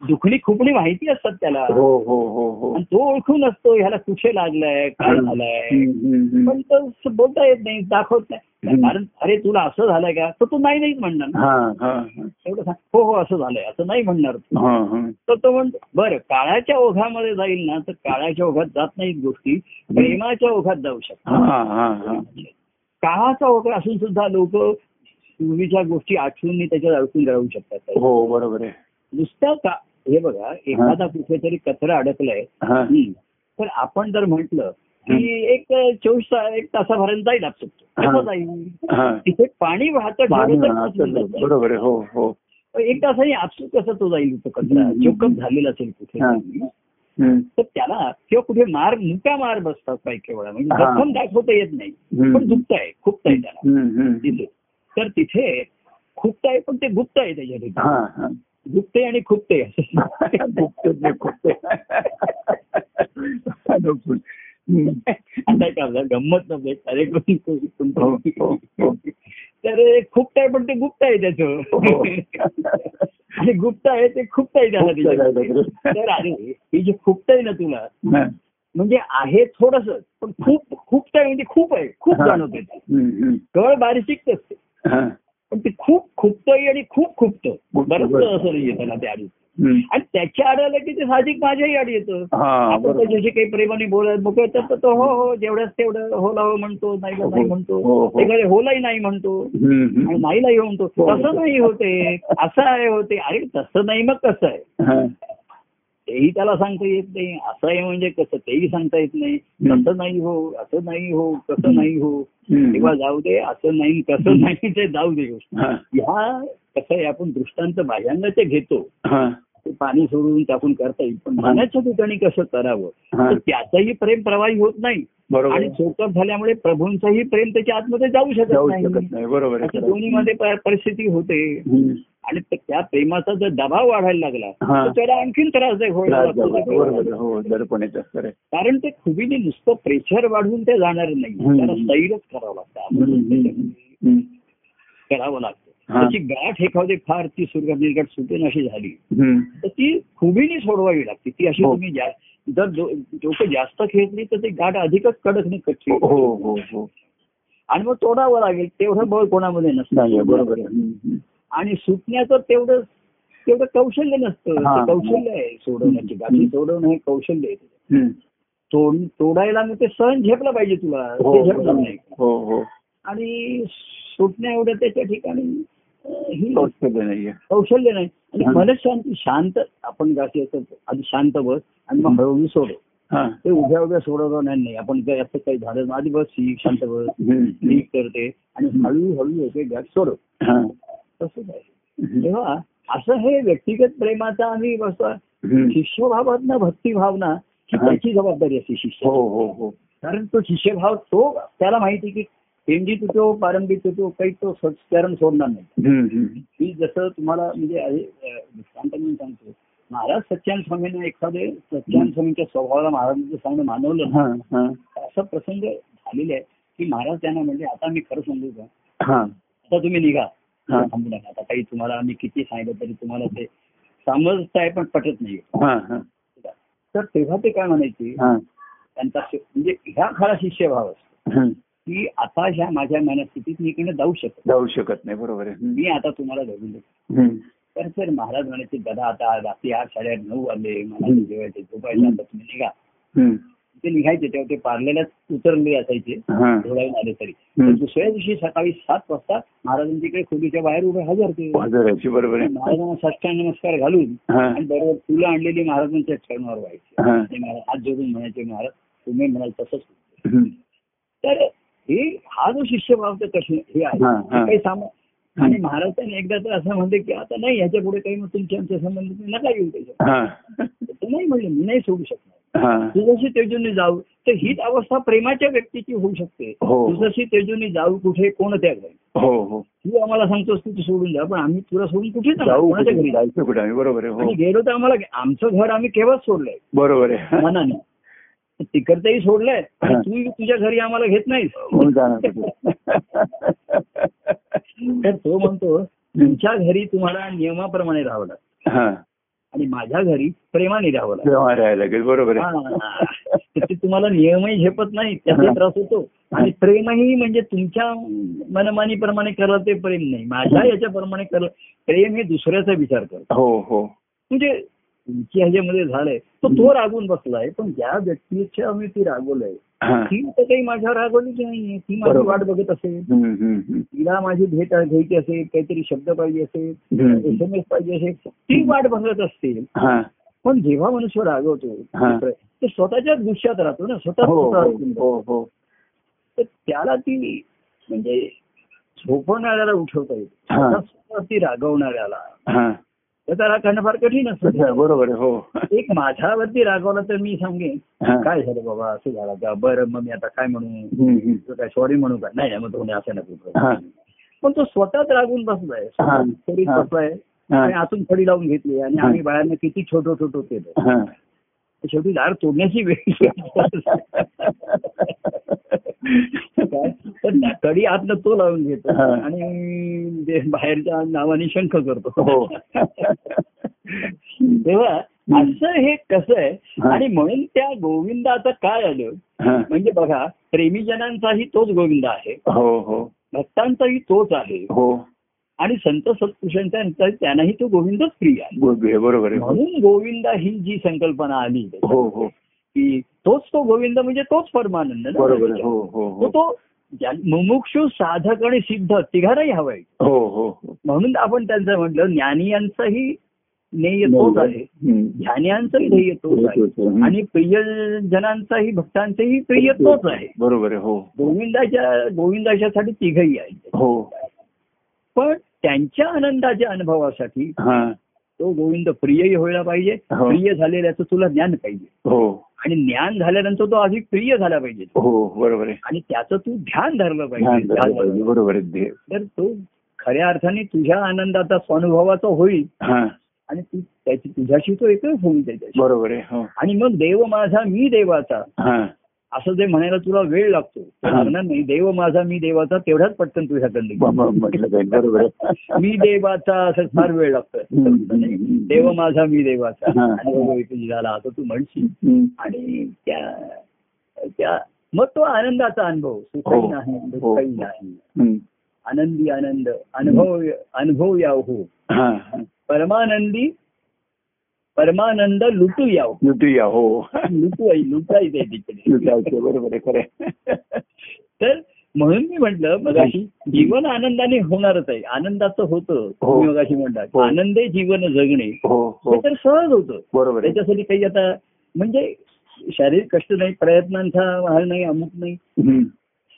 [SPEAKER 1] दुखणी खुपणी माहिती असतात त्याला
[SPEAKER 2] हो हो हो हो
[SPEAKER 1] आणि तो ओळखून असतो ह्याला कुठे लागलाय काय झालंय
[SPEAKER 2] हम्म, हम्म,
[SPEAKER 1] पण तो स- बोलता येत नाही दाखवत नाही
[SPEAKER 2] हम्म.
[SPEAKER 1] कारण अरे तुला असं झालंय का तर तू नाही नाहीच म्हणणार ना
[SPEAKER 2] हा हा हा.
[SPEAKER 1] एवढं सांग हो हो असं झालंय असं नाही म्हणणार तो.
[SPEAKER 2] हा, हा.
[SPEAKER 1] तर तो म्हणतो बरं काळाच्या ओघामध्ये जाईल ना तर काळाच्या ओघात जात नाही गोष्टी प्रेमाच्या ओघात जाऊ शकतात
[SPEAKER 2] हा, हा, हा.
[SPEAKER 1] काळाचा ओघ असून सुद्धा लोक पूर्वीच्या गोष्टी आठवून मी त्याच्यात अडकून राहू शकतात
[SPEAKER 2] हो बरोबर आहे
[SPEAKER 1] नुसता का हे बघा एखादा कुठेतरी कचरा अडकलाय
[SPEAKER 2] हा.
[SPEAKER 1] हम्म. तर आपण जर म्हंटल की एक चोवीस ता- एक तासाभरांचाही लागतो
[SPEAKER 2] हा.
[SPEAKER 1] कसं जाईल?
[SPEAKER 2] हा.
[SPEAKER 1] तिथे पाणी वाहतं
[SPEAKER 2] पाणी
[SPEAKER 1] ढोरं तर
[SPEAKER 2] म्हणा,
[SPEAKER 1] पासून
[SPEAKER 2] चल,
[SPEAKER 1] जातात.
[SPEAKER 2] बरोबर आहे हो हो
[SPEAKER 1] पण एक तासाने आपसूक कसा तो जाईल तो कचरा
[SPEAKER 2] हम्म.
[SPEAKER 1] चोकअप झालेला असेल कुठे
[SPEAKER 2] हा. हम्म.
[SPEAKER 1] तर त्याला किंवा कुठे मार मुका मार बसतात काही काही वेळा म्हणजे
[SPEAKER 2] हा.
[SPEAKER 1] जखम दाखवता येत नाही
[SPEAKER 2] हम्म.
[SPEAKER 1] पण दुखत आहे खुपत आहे त्याला
[SPEAKER 2] हम्म, हम्म.
[SPEAKER 1] तिथे तर तिथे खुपत आहे पण ते गुप्त आहे त्याच्या ठिकाणी
[SPEAKER 2] हा, हा.
[SPEAKER 1] गुप्ते आणि खुपते
[SPEAKER 2] दुखते ते खुपते. दुखून. हम्म.
[SPEAKER 1] आता काय झालं, गंमत नव्हे अरे कोणी कोणी
[SPEAKER 2] हो, हो, हो.
[SPEAKER 1] कोणतं- तर खुपत आहे पण ते गुप्त आहे
[SPEAKER 2] हो.
[SPEAKER 1] त्याचं आणि गुप्त आहे ते खुपत आहे त्याला
[SPEAKER 2] खूपच आहे
[SPEAKER 1] त्याच्या.
[SPEAKER 2] त्याचं.
[SPEAKER 1] तर अरे ही जी खुपत आहे ना तुला
[SPEAKER 2] हा.
[SPEAKER 1] म्हणजे आहे थोडस पण खूप खूप काय म्हणजे खूप आहे खूप
[SPEAKER 2] हा.
[SPEAKER 1] जाणवते ते.
[SPEAKER 2] हम्म, हम्म.
[SPEAKER 1] कळ बारीक असते
[SPEAKER 2] हा.
[SPEAKER 1] पण ते खूप खुपतही आणि खूप खुपत
[SPEAKER 2] खूपतं,
[SPEAKER 1] बरंच
[SPEAKER 2] बरं.
[SPEAKER 1] असं नाही येतं ना ते आडी
[SPEAKER 2] हम्म.
[SPEAKER 1] आणि त्याच्या आड आलं की ते साहजिक माझ्याही आड येतं
[SPEAKER 2] हा
[SPEAKER 1] आपण
[SPEAKER 2] बरोबर
[SPEAKER 1] त्याच्याशी काही प्रेमाने बोलत मग तर तो- तो हो हो जेवढ्याच तेवढं होला हो म्हणतो नाहीला
[SPEAKER 2] हो,
[SPEAKER 1] नाही
[SPEAKER 2] हो,
[SPEAKER 1] म्हणतो
[SPEAKER 2] हो.
[SPEAKER 1] एखादे होलाही नाही म्हणतो
[SPEAKER 2] हम्म,
[SPEAKER 1] आणि
[SPEAKER 2] हम्म.
[SPEAKER 1] नाहीला हे म्हणतो
[SPEAKER 2] हो.
[SPEAKER 1] तसं नाही होते असं आहे होते अरे तसं नाही मग कसं आहे
[SPEAKER 2] हा.
[SPEAKER 1] तेही त्याला सांगता येत नाही असं आहे म्हणजे कसं तेही सांगता येत नाही
[SPEAKER 2] हम्म.
[SPEAKER 1] तसं नाही हो असं नाही हो कसं नाही हो
[SPEAKER 2] हम्म.
[SPEAKER 1] तेव्हा जाऊ दे असं नाही कसं नाही ते जाऊ दे गोष्ट
[SPEAKER 2] हा.
[SPEAKER 1] ह्या कसं आहे आपण दृष्टांत बाह्यांना ते घेतो
[SPEAKER 2] हा.
[SPEAKER 1] ते पाणी सोडून टाकून करता येईल पण
[SPEAKER 2] हा.
[SPEAKER 1] मनाच्या ठिकाणी कसं करावं
[SPEAKER 2] हा.
[SPEAKER 1] तर त्याचंही प्रेम प्रवाही होत नाही
[SPEAKER 2] बरोबर
[SPEAKER 1] आणि
[SPEAKER 2] आहे.
[SPEAKER 1] चौकप झाल्यामुळे प्रभूंचंही प्रेम त्याच्या आतमध्ये जाऊ
[SPEAKER 2] जाऊ
[SPEAKER 1] शकत
[SPEAKER 2] शकत
[SPEAKER 1] नाही
[SPEAKER 2] नाही बरोबर आहे
[SPEAKER 1] अशी दोन्हीमध्ये प- परिस्थिती होते
[SPEAKER 2] हम्म.
[SPEAKER 1] आणि त- त्या प्रेमाचा जर दबाव वाढायला लागला
[SPEAKER 2] हा.
[SPEAKER 1] तर त्याला आणखीन त्रासदायक व्हायला
[SPEAKER 2] त्रास झाला. बरोबर
[SPEAKER 1] लागतो
[SPEAKER 2] आहे. हो दडपण येतं खरं आहे.
[SPEAKER 1] कारण ते खुबीने नुसतं प्रेशर वाढवून ते जाणार नाही
[SPEAKER 2] हम्म.
[SPEAKER 1] त्याला सैरच करावं लागतं
[SPEAKER 2] हम्म,
[SPEAKER 1] आपण
[SPEAKER 2] हम्म,
[SPEAKER 1] त्याच्यामध्ये
[SPEAKER 2] हम्म.
[SPEAKER 1] करावं लागतं
[SPEAKER 2] हा.
[SPEAKER 1] त्याची गाठ एखादी फार ती सुरगाट निर्गाठ सुटेन अशी झाली
[SPEAKER 2] हम्म.
[SPEAKER 1] तर ती खुबीने सोडवावी लागते ती अशी
[SPEAKER 2] हो.
[SPEAKER 1] तुम्ही जा- जर लोक जास्त खेळली तर ती गाठ अधिकच कडक आणि कच्ची
[SPEAKER 2] हो हो हो
[SPEAKER 1] आणि मग तोडावं लागेल तेवढं बळ कोणामध्ये
[SPEAKER 2] नाही आहे,
[SPEAKER 1] नसतं
[SPEAKER 2] बरोबर आहे. हम्म, हम्म.
[SPEAKER 1] आणि सुटण्याचं तेवढं तेवढं कौशल्य नसतं
[SPEAKER 2] हा.
[SPEAKER 1] ते कौशल्य आहे सोडवण्याची गाठी सोडवणं हे कौशल्य आहे
[SPEAKER 2] हम्म.
[SPEAKER 1] तोड- तोडायला मग ते सण झेपला पाहिजे तुला
[SPEAKER 2] हो
[SPEAKER 1] ते झेपलं
[SPEAKER 2] बरोबर
[SPEAKER 1] नाही
[SPEAKER 2] आहे. हो हो
[SPEAKER 1] आणि सुटण्या एवढं त्याच्या ठिकाणी अं, ही
[SPEAKER 2] कौशल्य नाहीये
[SPEAKER 1] कौशल्य नाही आणि
[SPEAKER 2] हा.
[SPEAKER 1] मनशांती शांत आपण गाठी असं आधी शांत बस आणि मग हळूहळू सोडव
[SPEAKER 2] हा
[SPEAKER 1] ते उभ्या उभ्या सोडवलं नाही नाही आपण काही असं काही झालं नाही. आधी बस ही शांत बस
[SPEAKER 2] हम्म.
[SPEAKER 1] नीट करते आणि हळूहळू एक एक गाठ सोडव
[SPEAKER 2] हा.
[SPEAKER 1] तसंच आहे
[SPEAKER 2] हम्म.
[SPEAKER 1] तेव्हा असं हे व्यक्तिगत प्रेमाचा आम्ही बसतो
[SPEAKER 2] हम्म.
[SPEAKER 1] शिष्यभावात ना भक्तिभावना ही
[SPEAKER 2] हा.
[SPEAKER 1] त्याची जबाबदारी असते शिष्य
[SPEAKER 2] हो हो हो
[SPEAKER 1] कारण तो शिष्यभाव तो त्याला माहिती की पेंडी तुटो पारंबी तुटो काही तो सत्कारण सोडणार नाही
[SPEAKER 2] हम्म, हम्म.
[SPEAKER 1] मी जसं तुम्हाला म्हणजे आहे, अं, दृष्टांत म्हणून सांगतो महाराज सत्यान स्वामींना एखादे सत्यान स्वामींच्या स्वभावाला महाराजांचं सांगणं मानवलं ना,
[SPEAKER 2] हा हा
[SPEAKER 1] असा प्रसंग झालेला आहे की महाराज त्यांना म्हणजे आता मी खरं सांगू का
[SPEAKER 2] हा
[SPEAKER 1] आता तुम्ही निघा
[SPEAKER 2] हा.
[SPEAKER 1] थांबू नका आता काही तुम्हाला मी किती सांगितलं तरी तुम्हाला ते समजताय पण पटत नाही
[SPEAKER 2] हा हा
[SPEAKER 1] तर तेव्हा ते काय म्हणायचे
[SPEAKER 2] हा
[SPEAKER 1] त्यांचा शि- म्हणजे ह्या खरा शिष्यभाव असतो
[SPEAKER 2] हम्म.
[SPEAKER 1] की आता ह्या माझ्या मनस्थितीत मी इकडे जाऊ शकत
[SPEAKER 2] जाऊ शकत नाही बरोबर आहे हम्म.
[SPEAKER 1] मी आता तुम्हाला धरून देतो.
[SPEAKER 2] हम्म.
[SPEAKER 1] तर सर महाराज म्हणायचे दादा आता रात्री आठ साडेआठ नऊ वाजले मला
[SPEAKER 2] हम्म.
[SPEAKER 1] जेवायचे झोपायचं आता तुम्ही निघा
[SPEAKER 2] हम्म.
[SPEAKER 1] ते निघायचे तेव्हा ते पार्लेलाच उतरले असायचे
[SPEAKER 2] हा.
[SPEAKER 1] धुळावून आले तरी
[SPEAKER 2] हम्म.
[SPEAKER 1] तर दुसऱ्या दिवशी सकाळी सात वाजता महाराजांच्याकडे खोलीच्या बाहेर उभे हजर ते
[SPEAKER 2] हजाराची बरोबर आहे
[SPEAKER 1] महाराजांना साष्टांग नमस्कार घालून
[SPEAKER 2] हा
[SPEAKER 1] आणि बरोबर फुलं आणलेली महाराजांच्या चरणावर व्हायची
[SPEAKER 2] हा
[SPEAKER 1] ते महाराज हात जोडून म्हणायचे महाराज तुम्ही म्हणाल तसंच
[SPEAKER 2] हम्म.
[SPEAKER 1] तर हे हा जो शिष्यभाव तर कशी हे आहे
[SPEAKER 2] हा, हा.
[SPEAKER 1] हे काही सामा आणि महाराजांनी एकदा तर असं म्हणते की आता नाही ह्याच्या पुढे काही मग तुमच्या आमच्या संबंधित नका येऊ त्याच्यात
[SPEAKER 2] हा
[SPEAKER 1] तर नाही म्हणलं मी नाही सोडू शकणार
[SPEAKER 2] हा
[SPEAKER 1] तुझ्याशी तेजूने जाऊ तर हीच अवस्था प्रेमाच्या व्यक्तीची होऊ शकते
[SPEAKER 2] हो.
[SPEAKER 1] तुझ्याशी तेजूने जाऊ कुठे कोणत्या घरी
[SPEAKER 2] हो हो
[SPEAKER 1] तू आम्हाला सांगतोस की तू सोडून जा पण आम्ही तुला सोडून कुठे जाणार?
[SPEAKER 2] जाऊ
[SPEAKER 1] कोणाच्या
[SPEAKER 2] कुठे
[SPEAKER 1] घरी
[SPEAKER 2] जायचं कुठे आम्ही बरोबर आहे
[SPEAKER 1] आणि
[SPEAKER 2] हो
[SPEAKER 1] गेलो तर आम्हाला आमचं घर आम्ही केव्हाच सोडलंय
[SPEAKER 2] बरोबर आहे
[SPEAKER 1] मनाने तिकडचंही सोडलंय आणि
[SPEAKER 2] हा.
[SPEAKER 1] तू तुझ्या घरी आम्हाला घेत नाहीस
[SPEAKER 2] होऊन जाणार कुठे.
[SPEAKER 1] तर तो म्हणतो तुमच्या घरी तुम्हाला नियमाप्रमाणे राहावं लागतं
[SPEAKER 2] हा
[SPEAKER 1] आणि माझ्या घरी प्रेमाने राहावं लागतं
[SPEAKER 2] तेव्हा राहायला लागेल बरोबर
[SPEAKER 1] हा.
[SPEAKER 2] आहे
[SPEAKER 1] तर ते तुम्हाला नियमही झेपत नाही त्याचा
[SPEAKER 2] हा.
[SPEAKER 1] त्रास होतो आणि प्रेमही म्हणजे तुमच्या मनमानीप्रमाणे करत ते प्रेम नाही माझ्या याच्याप्रमाणे करत प्रेम हे दुसऱ्याचा विचार करत
[SPEAKER 2] हो हो
[SPEAKER 1] म्हणजे तुमच्या ह्याच्यामध्ये झालंय तो तो रागून बसलाय पण ज्या व्यक्तीच्या मी ती रागवलंय
[SPEAKER 2] हा.
[SPEAKER 1] ती तर काही माझ्यावर रागवलीच नाहीये ती माझी
[SPEAKER 2] बरोबर.
[SPEAKER 1] वाट बघत असेल
[SPEAKER 2] हम्म, हम्म, हम्म.
[SPEAKER 1] तिला माझी भेट घ्यायची असेल काहीतरी शब्द पाहिजे असेल
[SPEAKER 2] हम्म.
[SPEAKER 1] एस एम एस पाहिजे असेल ती वाट बघत असतील
[SPEAKER 2] हा.
[SPEAKER 1] पण जेव्हा मनुष्य रागवतो
[SPEAKER 2] हा.
[SPEAKER 1] तो स्वतःच्याच दृश्यात राहतो ना स्वतः
[SPEAKER 2] हो
[SPEAKER 1] स्वतः
[SPEAKER 2] हो,
[SPEAKER 1] रागवतो.
[SPEAKER 2] हो हो
[SPEAKER 1] तर त्याला ती म्हणजे झोपवणाऱ्याला उठवता येते
[SPEAKER 2] हा.
[SPEAKER 1] स्वतः स्वतः ती रागवणाऱ्याला
[SPEAKER 2] हा.
[SPEAKER 1] त्याचा राग करणं फार कठीण असतं
[SPEAKER 2] अच्छा, बरोबर आहे, हो
[SPEAKER 1] एक माझ्यावरती रागवला तर मी सांगेन
[SPEAKER 2] हा.
[SPEAKER 1] काय झालं बाबा असं झालं का बरं मग मी आता काय म्हणू
[SPEAKER 2] हम्म, हम्म.
[SPEAKER 1] तो काय सॉरी म्हणू का नाही नाही, मग तुम्ही असं नको करू.
[SPEAKER 2] हा.
[SPEAKER 1] पण तो स्वतःच रागून बसलाय
[SPEAKER 2] हा.
[SPEAKER 1] शरीर
[SPEAKER 2] हा.
[SPEAKER 1] बसलाय
[SPEAKER 2] हा.
[SPEAKER 1] आणि आतून फडी लावून घेतली आणि
[SPEAKER 2] हा.
[SPEAKER 1] आम्ही बाहेरनं किती छोटं छोटं केलं
[SPEAKER 2] हा.
[SPEAKER 1] शेवटी झाड तोडण्याची वेळ काय? पण त्या कडी आतनं तो लावून घेतो
[SPEAKER 2] हा.
[SPEAKER 1] आणि ते बाहेरच्या नावाने शंख
[SPEAKER 2] हो
[SPEAKER 1] करतो तेव्हा असं हे कसं आहे
[SPEAKER 2] हा.
[SPEAKER 1] आणि म्हणून त्या गोविंदाचं काय आलं
[SPEAKER 2] हा.
[SPEAKER 1] म्हणजे बघा प्रेमीजनांचाही तोच गोविंद आहे
[SPEAKER 2] हो हो
[SPEAKER 1] भक्तांचाही तोच आहे
[SPEAKER 2] हो
[SPEAKER 1] आणि संत सत्पुरुषांचा त्यांनाही तो गोविंदच प्रिय आहे
[SPEAKER 2] बरोबर आहे, बरोबर आहे
[SPEAKER 1] म्हणून गोविंदा ही जी संकल्पना आली
[SPEAKER 2] हो हो
[SPEAKER 1] की तोच तो गोविंद म्हणजे तोच परमानंद ना.
[SPEAKER 2] बरोबर आहे, हो हो
[SPEAKER 1] तो
[SPEAKER 2] हो
[SPEAKER 1] तो ज्या- मुमुक्षू साधक आणि सिद्ध तिघांनाही हवाय
[SPEAKER 2] हो हो हो
[SPEAKER 1] म्हणून आपण त्यांचं म्हटलं ज्ञानी यांचंही नेय तोच आहे
[SPEAKER 2] हम्म.
[SPEAKER 1] ध्यानियांचंही ध्येय तोच आहे
[SPEAKER 2] तोच आहे. हम्म.
[SPEAKER 1] आणि प्रियजनांचाही भक्तांचंही प्रिय तोच आहे
[SPEAKER 2] बरोबर आहे हो
[SPEAKER 1] गोविंदाच्या गोविंदाच्यासाठी तिघही आहेत
[SPEAKER 2] हो
[SPEAKER 1] पण त्यांच्या आनंदाच्या अनुभवासाठी
[SPEAKER 2] हा
[SPEAKER 1] तो गोविंद प्रियही व्हायला पाहिजे
[SPEAKER 2] हो.
[SPEAKER 1] प्रिय झालेल्याचं तुला ज्ञान पाहिजे
[SPEAKER 2] हो
[SPEAKER 1] आणि ज्ञान झाल्यानंतर तो अधिक प्रिय झाला पाहिजे
[SPEAKER 2] हो बरोबर आहे
[SPEAKER 1] आणि त्याचं तू ध्यान धरलं
[SPEAKER 2] ध्यान
[SPEAKER 1] पाहिजे
[SPEAKER 2] धरलं पाहिजे, बरोबर आहे ध्येय.
[SPEAKER 1] तर तो खऱ्या अर्थाने तुझ्या आनंदाचा स्वानुभवाचा होईल
[SPEAKER 2] हा
[SPEAKER 1] आणि तू त्याची तुझ्याशी तो एकच होईल त्याच्याशी
[SPEAKER 2] बरोबर आहे हो
[SPEAKER 1] आणि मग देव माझा मी देवाचा
[SPEAKER 2] हा
[SPEAKER 1] असं जे म्हणायला तुला वेळ लागतो तर
[SPEAKER 2] हा.
[SPEAKER 1] लागणार नाही देव माझा मी देवाचा तेवढाच पटकन तुझ्याकडनं
[SPEAKER 2] ब-
[SPEAKER 1] घे.
[SPEAKER 2] ब- म्हटलं जाईल बरोबर आहे
[SPEAKER 1] मी देवाचा असं फार वेळ लागतो
[SPEAKER 2] हम्म.
[SPEAKER 1] देव माझा मी देवाचा
[SPEAKER 2] हा.
[SPEAKER 1] आणि देव तुझी झाला असं तू म्हणशील
[SPEAKER 2] हम्म.
[SPEAKER 1] आणि त्या त्या मग तो आनंदाचा अनुभव सुखही
[SPEAKER 2] हो.
[SPEAKER 1] नाही
[SPEAKER 2] हो.
[SPEAKER 1] दुःखही नाही
[SPEAKER 2] हम्म.
[SPEAKER 1] आनंदी आनंद अनुभव अनुभव याव हो
[SPEAKER 2] हा हा.
[SPEAKER 1] परमानंदी परमानंद लुटू याव
[SPEAKER 2] युती या हो
[SPEAKER 1] लुटू लुटाई ते तिकडे
[SPEAKER 2] युती बरोबर आहे खरं आहे.
[SPEAKER 1] तर म्हणून मी म्हटलं मगाशी जीवन आनंदाने होणारच आहे आनंदाचं होतं
[SPEAKER 2] हो.
[SPEAKER 1] तुम्ही मगाशी म्हणतात
[SPEAKER 2] हो.
[SPEAKER 1] आनंदे जीवन जगणे
[SPEAKER 2] हो
[SPEAKER 1] हे
[SPEAKER 2] हो
[SPEAKER 1] तर सहज होतं
[SPEAKER 2] बरोबर आहे
[SPEAKER 1] त्याच्यासाठी काही आता म्हणजे शारीरिक कष्ट नाही प्रयत्नांचा वाहर नाही अमुक नाही
[SPEAKER 2] हम्म.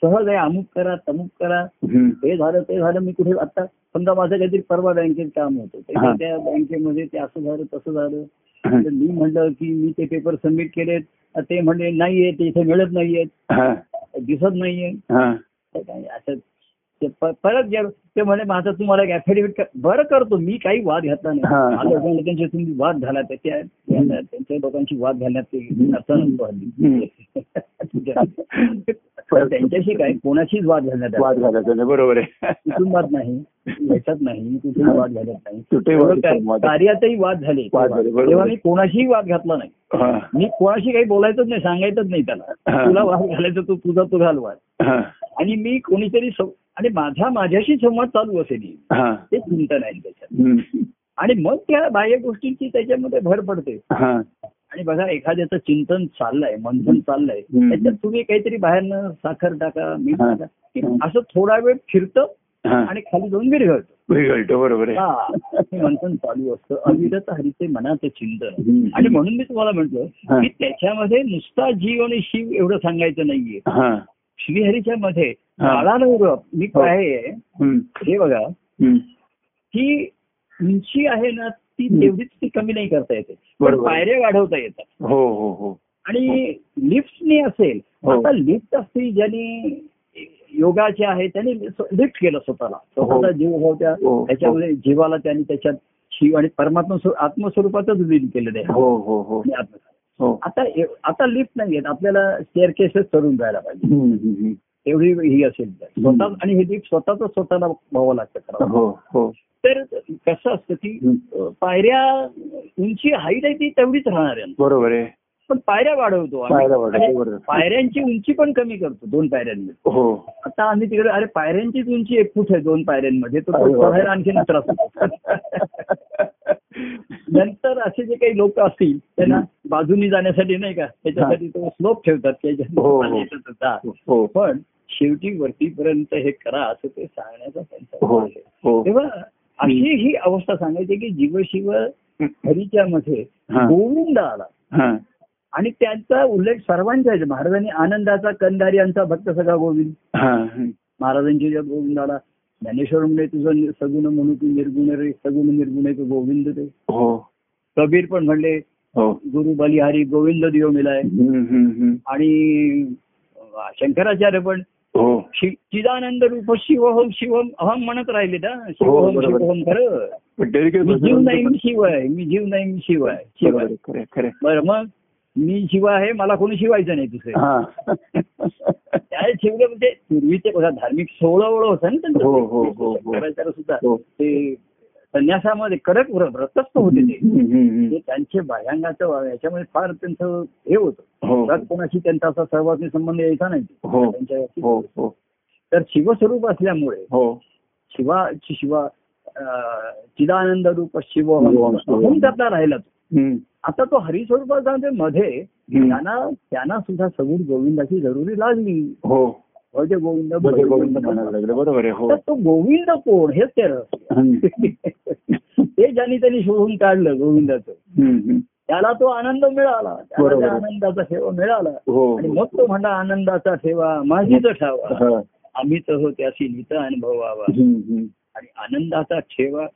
[SPEAKER 1] सहज आहे अमुक करा तमुक करा
[SPEAKER 2] हम्म.
[SPEAKER 1] हे झालं ते झालं मी कुठे आता समजा माझं काहीतरी परवा बँकेत काम होतं
[SPEAKER 2] हा.
[SPEAKER 1] ते त्या बँकेमध्ये ते असं झालं तसं झालं
[SPEAKER 2] हा.
[SPEAKER 1] तर मी म्हटलं की मी ते पेपर सबमिट केलेत तर ते म्हणले नाहीये ते इथे मिळत नाहीयेत
[SPEAKER 2] हा
[SPEAKER 1] दिसत नाहीये
[SPEAKER 2] हा
[SPEAKER 1] तर काय असं ते प- परत जे ते म्हणे माझं तुम्हाला एक affidavit क- बरं करतो मी काही वाद घातला नाही
[SPEAKER 2] हा.
[SPEAKER 1] माझं असं म्हणलं, त्यांचे तुम्ही वाद घाला त्या- त्या- त्या- त्यांच्या लोकांची वाद घालण्यात ते अर्थ नसतो हल्ली. पण त्यांच्याशी काय कोणाशीच वाद घालण्यात आला.
[SPEAKER 2] वाद झाला त्याने बरोबर आहे
[SPEAKER 1] कुटुंबात नाही याच्यात नाही कुठेही वाद घालत नाही
[SPEAKER 2] तुटेवाद
[SPEAKER 1] एवढं काय-
[SPEAKER 2] संवाद.
[SPEAKER 1] कार्यातही वाद झाले
[SPEAKER 2] वाद झाले, बरोबर.
[SPEAKER 1] तेव्हा मी कोणाशीही वाद घातला नाही
[SPEAKER 2] हा.
[SPEAKER 1] मी कोणाशी काही बोलायचंच नाही सांगायचंच नाही त्याला
[SPEAKER 2] हा.
[SPEAKER 1] तुला वाद घालायचा तू तुझा तू घाल वाद
[SPEAKER 2] हा.
[SPEAKER 1] आणि मी कोणीतरी सं- आणि माझा माझ्याशी संवाद चालू असेल
[SPEAKER 2] हा.
[SPEAKER 1] ते चिंतन आहे त्याच्यात
[SPEAKER 2] हम्म.
[SPEAKER 1] आणि मग त्या बाह्य गोष्टींची त्याच्यामध्ये भर पडते
[SPEAKER 2] हा.
[SPEAKER 1] आणि बघा एखाद्याचं चिंतन चाललंय मंथन चाललंय
[SPEAKER 2] हम्म.
[SPEAKER 1] त्याच्यात तुम्ही काहीतरी बाहेरनं साखर टाका मीठ
[SPEAKER 2] हा.
[SPEAKER 1] टाका की असं थोडा वेळ फिरतं
[SPEAKER 2] हा.
[SPEAKER 1] आणि खाली जाऊन विरघळतं
[SPEAKER 2] विरघळतो बरोबर आहे
[SPEAKER 1] हा हे मंथन चालू असतं अविरत हरीचे मनाचं चिंतन
[SPEAKER 2] हम्म.
[SPEAKER 1] आणि म्हणून मी तुम्हाला म्हटलं
[SPEAKER 2] हा.
[SPEAKER 1] की त्याच्यामध्ये नुसता जीव आणि शिव एवढं सांगायचं नाहीये
[SPEAKER 2] हा.
[SPEAKER 1] श्रीहरीच्या मध्ये
[SPEAKER 2] हा. हो.
[SPEAKER 1] काळाला उरप मी काय आहे,
[SPEAKER 2] हम्म.
[SPEAKER 1] हे बघा
[SPEAKER 2] हम्म.
[SPEAKER 1] की उंची आहे ना ती
[SPEAKER 2] हम्म.
[SPEAKER 1] तेवढीच ती कमी नाही करता येते पण
[SPEAKER 2] बरोबर.
[SPEAKER 1] पायऱ्या वाढवता येतात
[SPEAKER 2] हो हो हो
[SPEAKER 1] आणि लिफ्टने असेल
[SPEAKER 2] हो.
[SPEAKER 1] आता लिफ्ट असते ज्याने योगाचे आहे त्याने लिफ्ट केलं स्वतःला
[SPEAKER 2] हो.
[SPEAKER 1] स्वतःचा जीव होत्या
[SPEAKER 2] हो.
[SPEAKER 1] त्याच्यामध्ये जीवाला त्यांनी त्याच्यात शिव आणि परमात्मा स्वरू- आत्मस्वरूपातच लीन केलेलं आहे
[SPEAKER 2] हो हो हो
[SPEAKER 1] आणि आत्म-
[SPEAKER 2] हो
[SPEAKER 1] आता ए- आता लिफ्ट नाही येत आपल्याला स्टेअर केसेस चढून जायला पाहिजे
[SPEAKER 2] हम्म, हम्म,
[SPEAKER 1] एवढी ही असेल तर. स्वतः आणि हे लिफ्ट स्वतःच स्वतःला व्हावं लागतं
[SPEAKER 2] हम्म.
[SPEAKER 1] करावं
[SPEAKER 2] हो हो
[SPEAKER 1] तर कसं असतं की
[SPEAKER 2] हम्म.
[SPEAKER 1] पायऱ्या उंची हाईट आहे ती तेवढीच राहणार आहे
[SPEAKER 2] बरोबर आहे
[SPEAKER 1] पण पायऱ्या वाढवतो आम्ही.
[SPEAKER 2] पायऱ्या वाढवतो,
[SPEAKER 1] आणि
[SPEAKER 2] बरोबर.
[SPEAKER 1] पायऱ्यांची उंची पण कमी करतो दोन पायऱ्यांमध्ये
[SPEAKER 2] हो
[SPEAKER 1] आता आम्ही तिकडे अरे पायऱ्यांचीच उंची एक फूट आहे दोन पायऱ्यांमध्ये तर
[SPEAKER 2] अरे
[SPEAKER 1] तो
[SPEAKER 2] वा.
[SPEAKER 1] चढायला आणखीन त्रास होतो नंतर असे जे काही लोक असतील त्यांना बाजूनी जाण्यासाठी नाही का त्याच्यासाठी तो स्लोप ठेवतात की
[SPEAKER 2] हो, हो.
[SPEAKER 1] लोकांना येतच होता.
[SPEAKER 2] हो
[SPEAKER 1] पण शेवटी वरतीपर्यंत हे करा असं ते सांगण्याचा त्यांचा
[SPEAKER 2] हो
[SPEAKER 1] भाग आहे.
[SPEAKER 2] हो
[SPEAKER 1] तेव्हा अशी ही अवस्था सांगायची की जीवशिव हरीच्या मध्ये
[SPEAKER 2] हा.
[SPEAKER 1] गोविंद आला
[SPEAKER 2] हा
[SPEAKER 1] आणि त्यांचा उल्लेख सर्वांचा आहे. महाराजांनी आनंदाचा कंदारी यांचा भक्त सगळा गोविंद
[SPEAKER 2] हा
[SPEAKER 1] महाराजांची ज्या गोविंदाला ज्ञानेश्वर म्हणजे तुझं सगुण म्हणू की निर्गुण रे सगुण निर्गुण आहे तो गोविंद ते
[SPEAKER 2] हो
[SPEAKER 1] कबीर पण म्हणले
[SPEAKER 2] हो
[SPEAKER 1] गुरु बलिहारी गोविंद दियो मिलाय
[SPEAKER 2] हम्म, हम्म, हम्म.
[SPEAKER 1] आणि शंकराचार्य पण
[SPEAKER 2] हो
[SPEAKER 1] शि- चिदानंद रूप शिवहम शिवम अहम म्हणत राहिले ना शिवहम
[SPEAKER 2] हो, बरोबर.
[SPEAKER 1] शिवहम खरं
[SPEAKER 2] पण तरी काही
[SPEAKER 1] मी जीव नाही मी
[SPEAKER 2] बसवलं
[SPEAKER 1] शिव आहे मी जीव नाही मी शिव आहे शिव
[SPEAKER 2] बरोबर
[SPEAKER 1] आहे
[SPEAKER 2] आहे, खरं आहे, खरं आहे.
[SPEAKER 1] बरं मग मी शिव आहे मला कोणी शिवायचं नाही दुसरे
[SPEAKER 2] Ah. हा.
[SPEAKER 1] त्या शिवले म्हणजे पूर्वीचे बघा धार्मिक सोहळं होतं ना त्यांचं.
[SPEAKER 2] हो, हो, हो, हो.
[SPEAKER 1] शंकराचार्य सुद्धा
[SPEAKER 2] हो.
[SPEAKER 1] ते संन्यासामध्ये कडक व्र- व्रतस्थ होते ते
[SPEAKER 2] हम्म, हम्म,
[SPEAKER 1] ते
[SPEAKER 2] हम्म.
[SPEAKER 1] त्यांचे भायंगाचं वा- याच्यामध्ये फार त्यांचं हे होतं
[SPEAKER 2] हो
[SPEAKER 1] त्यात कोणाशी त्यांचा असा सहवासी संबंध यायचा नाही
[SPEAKER 2] हो.
[SPEAKER 1] त्यांच्या याची.
[SPEAKER 2] हो हो
[SPEAKER 1] तर शिवस्वरूप असल्यामुळे
[SPEAKER 2] हो
[SPEAKER 1] शिवा शिवा अं, चिदानंद रूप शिव
[SPEAKER 2] शिवम, शिवम.
[SPEAKER 1] म्हणून त्यातला राहिला तो.
[SPEAKER 2] हम्म,
[SPEAKER 1] आता तो हरिस्वरूपात जाऊन ते मध्ये
[SPEAKER 2] हम्म.
[SPEAKER 1] त्यांना त्यांना सुद्धा सगुण गोविंदाची जरुरी लागली
[SPEAKER 2] हो
[SPEAKER 1] भजे गोविंद
[SPEAKER 2] बरोबर
[SPEAKER 1] भजे
[SPEAKER 2] गोविंद
[SPEAKER 1] गोविंद
[SPEAKER 2] म्हणायला लागलं बरोबर आहे हो
[SPEAKER 1] तर तो गोविंद कोण हेच ते रहस्य.
[SPEAKER 2] हम्म,
[SPEAKER 1] ते ज्यांनी त्यांनी शोधून काढलं गोविंदाचं
[SPEAKER 2] हम्म.
[SPEAKER 1] त्याला तो आनंद मिळाला त्याला
[SPEAKER 2] बरोबर.
[SPEAKER 1] त्या आनंदाचा ठेवा मिळाला
[SPEAKER 2] हो
[SPEAKER 1] आणि मग तो म्हणला आनंदाचा ठेवा माझीच ठावा
[SPEAKER 2] हा.
[SPEAKER 1] आम्हीच हो त्याशी नीत अनुभवावा
[SPEAKER 2] हम्म, हम्म.
[SPEAKER 1] आणि आनंदाचा ठेवा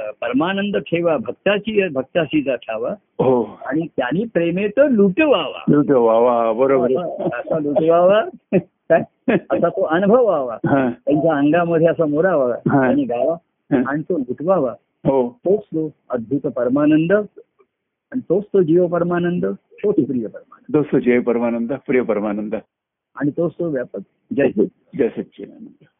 [SPEAKER 1] अं, परमानंद ठेवा भक्ताची भक्ताशीचा ठावा
[SPEAKER 2] हो
[SPEAKER 1] आणि त्यांनी प्रेमेत लुटवावा
[SPEAKER 2] लुटो, वा वा बरोबर आहे.
[SPEAKER 1] असा असा लुटवावा काय असा तो अनुभवावा
[SPEAKER 2] हा.
[SPEAKER 1] त्यांच्या अंगामध्ये असा मोरावा
[SPEAKER 2] हा.
[SPEAKER 1] आणि गावा
[SPEAKER 2] हा.
[SPEAKER 1] आणि तो लुटवावा
[SPEAKER 2] हो
[SPEAKER 1] तोच तो अद्भुत परमानंद आणि तोच तो जीव परमानंद तोच प्रिय परमानंद
[SPEAKER 2] दोस्त जय परमानंद प्रिय परमानंद
[SPEAKER 1] आणि तोच तो व्यापक जय
[SPEAKER 2] जय सच्चिदानंद